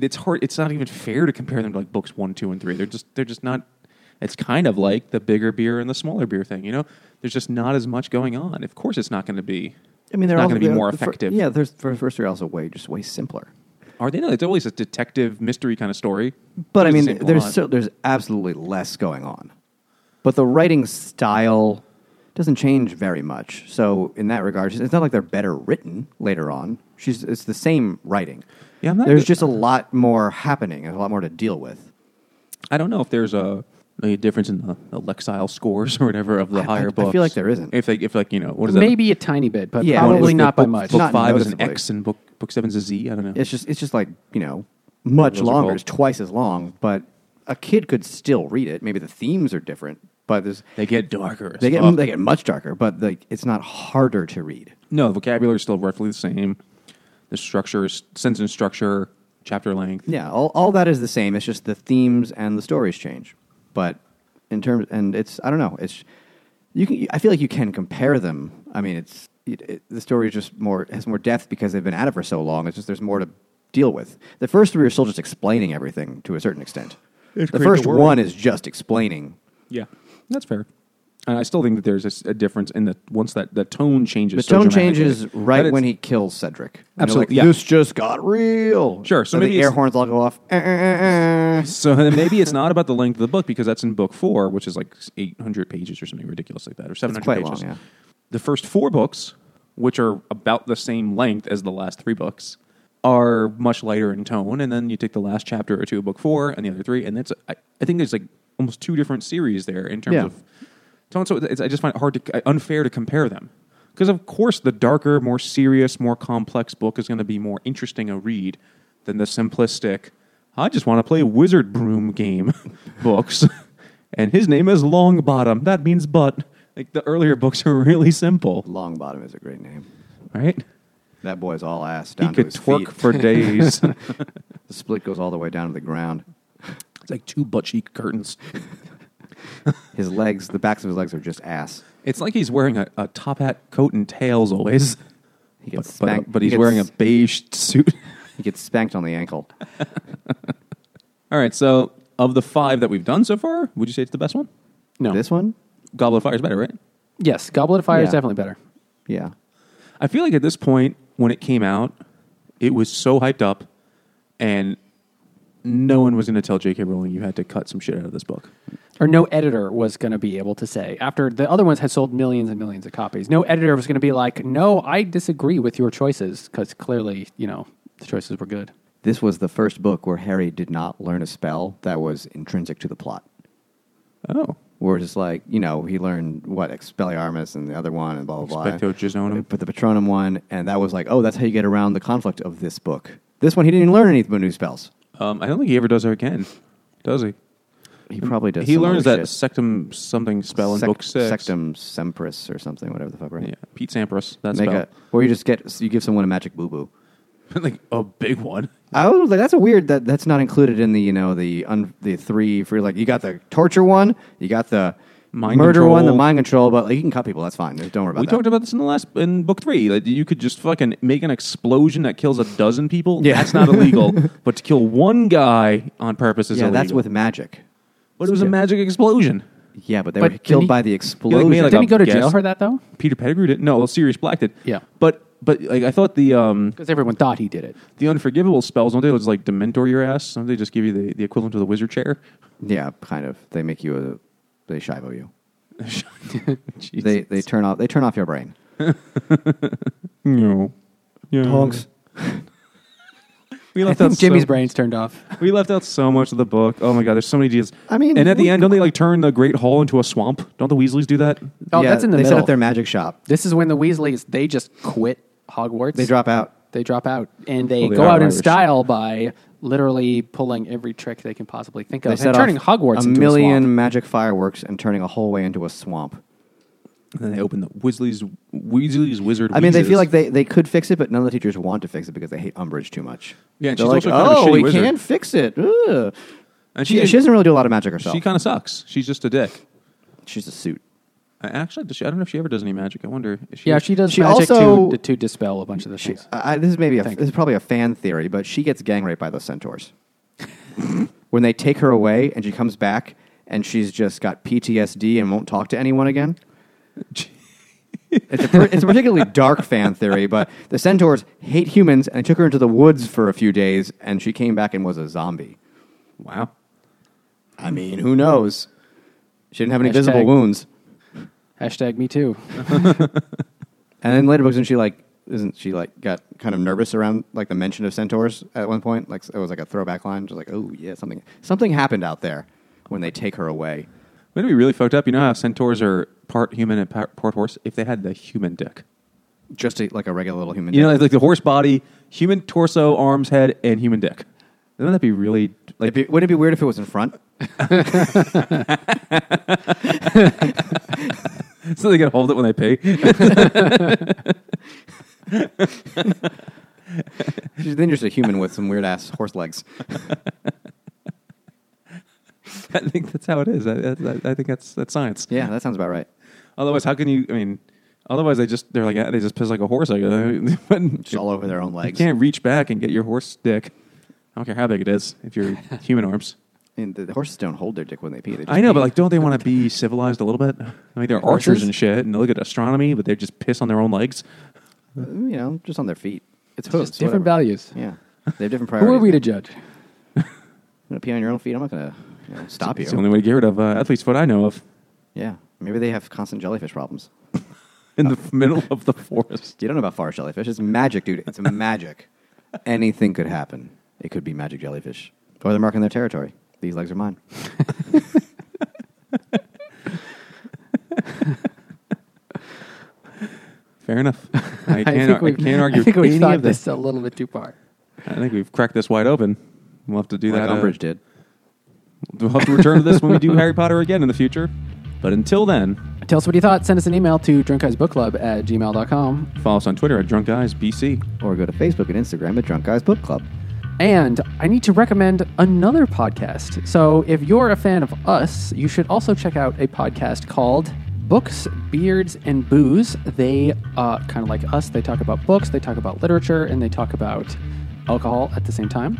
S2: it's hard. It's not even fair to compare them to like books one, two, and three. They're just they're just not. It's kind of like the bigger beer and the smaller beer thing. You know, there's just not as much going on. Of course, it's not going to be. it's not
S3: all
S2: going to be more effective.
S3: yeah, there's for the first three are also way just way simpler.
S2: Are they? No, it's always a detective mystery kind of story.
S3: But I
S2: It's the
S3: mean,
S2: same
S3: there's
S2: plot.
S3: so, there's absolutely less going on. But the writing style doesn't change very much. So in that regard, it's not like they're better written later on. She's it's the same writing.
S2: Yeah, I'm not-
S3: there's just a lot more happening, a lot more to deal with.
S2: I don't know if there's a, a difference in the, the Lexile scores or whatever of the
S3: I-
S2: higher
S3: I
S2: books.
S3: feel like there isn't.
S2: If they, if like you know, what is
S1: Maybe a tiny bit, but
S3: Yeah,
S2: that? One is
S1: probably
S2: the
S1: not by
S2: book-
S1: much.
S2: Book
S3: Not
S2: five is an
S3: noticeably.
S2: X and book book seven's a Z. I don't know.
S3: It's just it's just like you know much
S2: Those are
S3: longer.
S2: called-
S3: It's twice as long, but a kid could still read it. Maybe the themes are different, But there's
S2: They get darker. as
S3: they get
S2: fuck.
S3: they get much darker, but like it's not harder to read.
S2: No, the vocabulary is still roughly the same. The structure, is sentence structure, chapter length.
S3: Yeah, all, all that is the same. It's just the themes and the stories change. But in terms, and it's I don't know. It's you can. I feel like you can compare them. I mean, it's it, it, the story is just more has more depth because they've been at it for so long. It's just there's more to deal with. The first three are still just explaining everything to a certain extent.
S2: It's
S3: the
S2: create
S3: first
S2: the world.
S3: one is just explaining.
S2: Yeah, that's fair. And I still think that there's a, s- a difference in that once that the tone changes.
S3: The
S2: so
S3: tone
S2: dramatically,
S3: changes
S2: that
S3: right
S2: it's-
S3: when he kills Cedric. And you're
S2: Absolutely,
S3: like,
S2: yeah.
S3: This just got real.
S2: Sure, so
S3: And
S2: maybe
S3: the air
S2: it's-
S3: horns all go off. Eh, eh, eh, eh.
S2: So then maybe it's not about the length of the book because that's in book four, which is like 800 pages or something ridiculous like that, or 700
S3: quite
S2: pages.
S3: long, yeah.
S2: The first four books, which are about the same length as the last three books, are much lighter in tone. And then you take the last chapter or two of book four and the other three, and it's I, I think there's like almost two different series there in terms
S3: Yeah.
S2: of tone. So it's, I just find it hard to uh, unfair to compare them. Because of course, the darker, more serious, more complex book is going to be more interesting a read than the simplistic. I just want to play wizard broom game [laughs] books, and his name is Longbottom. That means butt. Like the earlier books are really simple,
S3: Longbottom is a great name.
S2: right?
S3: That boy's all ass
S2: He
S3: down
S2: could
S3: to his
S2: twerk
S3: feet.
S2: for
S3: [laughs]
S2: days. it's
S3: The split goes all the way down to the ground.
S2: like two butt cheek curtains.
S3: His legs, the backs of his legs are just ass.
S2: It's like he's wearing a, a top hat, coat, and tails always. But,
S3: He gets
S2: but-
S3: spanked.
S2: but
S3: he
S2: he's
S3: gets-
S2: wearing a beige suit.
S3: He gets spanked on the ankle.
S2: All right, so of the five that we've done so far, would you say it's the best one?
S1: No.
S3: This one,
S2: Goblet of Fire is better, right?
S1: Yes, Goblet of Fire is
S3: Yeah.
S1: definitely better.
S3: yeah,
S2: I feel like at this point, when it came out, it was so hyped up, and no one was going to tell J.K. Rowling you had to cut some shit out of this book.
S1: Or no editor was going to be able to say after the other ones had sold millions and millions of copies. No editor was going to be like, "No, I disagree with your choices," because clearly, you know, the choices were good.
S3: this was the first book where Harry did not learn a spell that was intrinsic to the plot.
S2: Oh,
S3: Where it's like you know he learned what Expelliarmus and the other one and blah blah blah.
S2: Expecto Gisonum.
S3: But the Patronum one, and that was like, oh, that's how you get around the conflict of this book. This one, he didn't learn any new spells.
S2: um, I don't think he ever does that again, does he?
S3: He probably does.
S2: He
S3: some
S2: learns
S3: other
S2: that
S3: shit.
S2: sectum something spell in
S3: Sec-
S2: book six.
S3: Sectum Sempris or something, whatever the fuck. Right?
S2: Yeah, Pete Sampras. That
S3: Make
S2: spell.
S3: a, or you just get you give someone a magic boo boo.
S2: [laughs] like a big one.
S3: I was like, that's a weird that that's not included in the you know the un, the three for like you got the torture one, you got the
S2: Mind
S3: murder one, the
S2: control.
S3: mind control, but like, you can cut people. That's fine. Don't worry about
S2: we
S3: that.
S2: talked about this in the last in book three. Like you could just fucking make an explosion that kills a dozen people.
S3: Yeah.
S2: that's not
S3: [laughs]
S2: illegal. but to kill one guy on purpose is
S3: yeah,
S2: illegal.
S3: that's with magic.
S2: But it was a
S3: Yeah.
S2: magic explosion.
S3: Yeah, but they
S1: But
S3: were
S1: didn't
S3: killed
S1: he-
S3: by the explosion.
S2: made, like,
S1: Didn't he
S2: a
S1: go to jail
S2: guess.
S1: for that though?
S2: Peter Pettigrew didn't. No, well, Sirius Black did.
S1: Yeah.
S2: but but like I thought the um
S1: Because everyone thought he did it.
S2: the unforgivable spells don't they just like dementor your ass? Don't they just give you the, the equivalent of the wizard chair?
S3: yeah, kind of. They make you a they
S1: [laughs]
S3: shivo you.
S2: Jeez.
S3: They they turn off they turn off your brain.
S2: no. Yeah.
S3: Honks.
S2: [laughs] We
S1: I
S3: [laughs]
S2: left out
S1: think [laughs] Jimmy's
S2: so,
S1: brain's turned off.
S2: We left out so much of the book. Oh my god, there's so many deals.
S3: I mean,
S2: and at the
S3: we-
S2: end, don't they like turn the Great Hall into a swamp? Don't the Weasleys do that?
S1: Oh,
S3: Yeah,
S1: that's in the
S3: they
S1: middle.
S3: set up their magic shop.
S1: This is when the Weasleys they just quit Hogwarts.
S3: They drop out.
S1: They drop out and they
S2: Well, they
S1: go
S2: are
S1: out in
S2: Irish.
S1: style by literally pulling every trick they can possibly think
S3: They
S1: of
S3: set
S1: and turning
S3: off
S1: Hogwarts
S3: a
S1: into
S3: million
S1: swamp.
S3: magic fireworks and turning a hallway into a swamp.
S2: And then they open the Weasley's Weasley's wizard.
S3: I mean, they
S2: Wheezes.
S3: feel like they, they could fix it, but none of the teachers want to fix it because they hate Umbridge too much.
S2: Yeah, and
S3: They're
S2: she's
S3: like,
S2: also kind of a
S3: oh,
S2: shitty
S3: we
S2: wizard."
S3: can't fix it. Ugh.
S2: And
S3: She,
S2: she-
S3: she doesn't really do a lot of magic herself.
S2: she kind of sucks. She's just a dick.
S3: She's a suit.
S2: I- Actually, does she, I don't know if she ever does any magic. I wonder. If she
S1: Yeah, she does
S3: She
S1: magic
S3: also-
S1: to, to dispel a bunch of the things.
S3: I, I- this is maybe a,
S1: Thank
S3: this is probably a fan theory, but she gets gang raped by those centaurs. [laughs] when they take her away and she comes back and she's just got PTSD and won't talk to anyone again. It's a, per- it's a particularly [laughs] dark fan theory, but the centaurs hate humans and they took her into the woods for a few days and she came back and was a zombie.
S2: Wow.
S3: I mean, who knows? She didn't have any
S1: Hashtag-
S3: visible wounds.
S1: Hashtag me too.
S3: And then later books, and she like isn't she like got kind of nervous around like the mention of centaurs at one point? Like it was like a throwback line, just like oh yeah, something something happened out there when they take her away.
S2: Wouldn't it be really fucked up? You know how centaurs are part human and par- part horse? If they had the human dick.
S3: Just a, like a regular little human.
S2: You know,
S3: dick.
S2: like the horse body, human torso, arms, head, and human dick. Wouldn't that be really Like,
S3: It'd be- wouldn't it be weird if it was in front?
S2: [laughs] so they can hold it when they pay.
S3: then you're just a human with some weird ass horse legs.
S2: [laughs] I think that's how it is. I, I, I think that's that's science.
S3: Yeah, that sounds about right.
S2: Otherwise, how can you? I mean, otherwise, they just they're like they just piss like a horse. [laughs] Like,
S3: Just all over their own
S2: you
S3: legs.
S2: can't reach back and get your horse dick. I don't care how big it is. If
S3: [laughs]
S2: you're human arms,
S3: And the, the horses don't hold their dick when they pee. They just
S2: I know,
S3: pee.
S2: but like, don't they want to be civilized a little bit? I mean, they're archers
S1: Horses?
S2: and shit, and they look at astronomy, but they just piss on their own legs.
S3: you know, just on their feet. It's
S1: It's
S3: hooves.
S1: just different
S3: whatever.
S1: values.
S3: Yeah, they have different
S1: Who
S3: priorities.
S1: are we to judge?
S3: You're gonna pee on your own feet? I'm not gonna you know, stop you.
S2: It's the only way to get rid of uh, at least what I know of
S3: yeah, maybe they have constant jellyfish problems.
S2: in
S3: [laughs]
S2: the middle of the forest.
S3: You don't know about forest jellyfish. It's magic, dude.
S2: [laughs]
S3: It's magic. Anything could happen. It could be magic jellyfish, or they're marking their territory. These legs are mine.
S2: Fair
S3: [laughs]
S2: enough. I can't, I
S1: we've-
S2: can't
S1: [laughs]
S2: argue
S1: I think
S2: with
S1: we
S2: any
S1: thought
S2: of this.
S1: this a little bit too far.
S2: I think we've cracked this wide open. We'll have to do
S3: Like
S2: that. uh,
S3: Umbridge did.
S2: We'll have to return to this when we do Harry Potter again in the future. But until then,
S1: Tell us what you thought. Send us an email to drunkeyesbookclub at gmail.com.
S2: follow us on Twitter at Drunk Eyes BC.
S3: Or go to Facebook and Instagram at Drunk Guys Book Club.
S1: And I need to recommend another podcast. So if you're a fan of us, you should also check out a podcast called Books, Beards, and Booze. They uh, kind of like us. They talk about books, they talk about literature, and they talk about alcohol at the same time.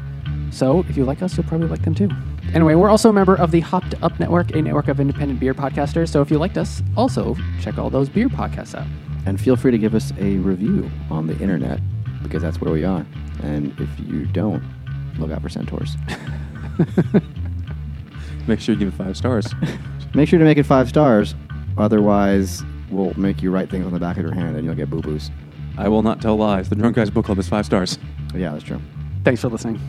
S1: So if you like us, you'll probably like them too. Anyway, we're also a member of the Hopped Up Network, a network of independent beer podcasters. So if you liked us, also check all those beer podcasts out.
S3: And feel free to give us a review on the internet because that's where we are. And if you don't, look out
S2: [laughs]
S3: for centaurs.
S2: Make sure you give it five stars.
S3: Make sure to make it five stars, otherwise, we'll make you write things on the back of your hand and you'll get boo boos.
S2: I will not tell lies. The Drunk Guys Book Club is five stars.
S3: Yeah, that's true.
S1: Thanks for listening.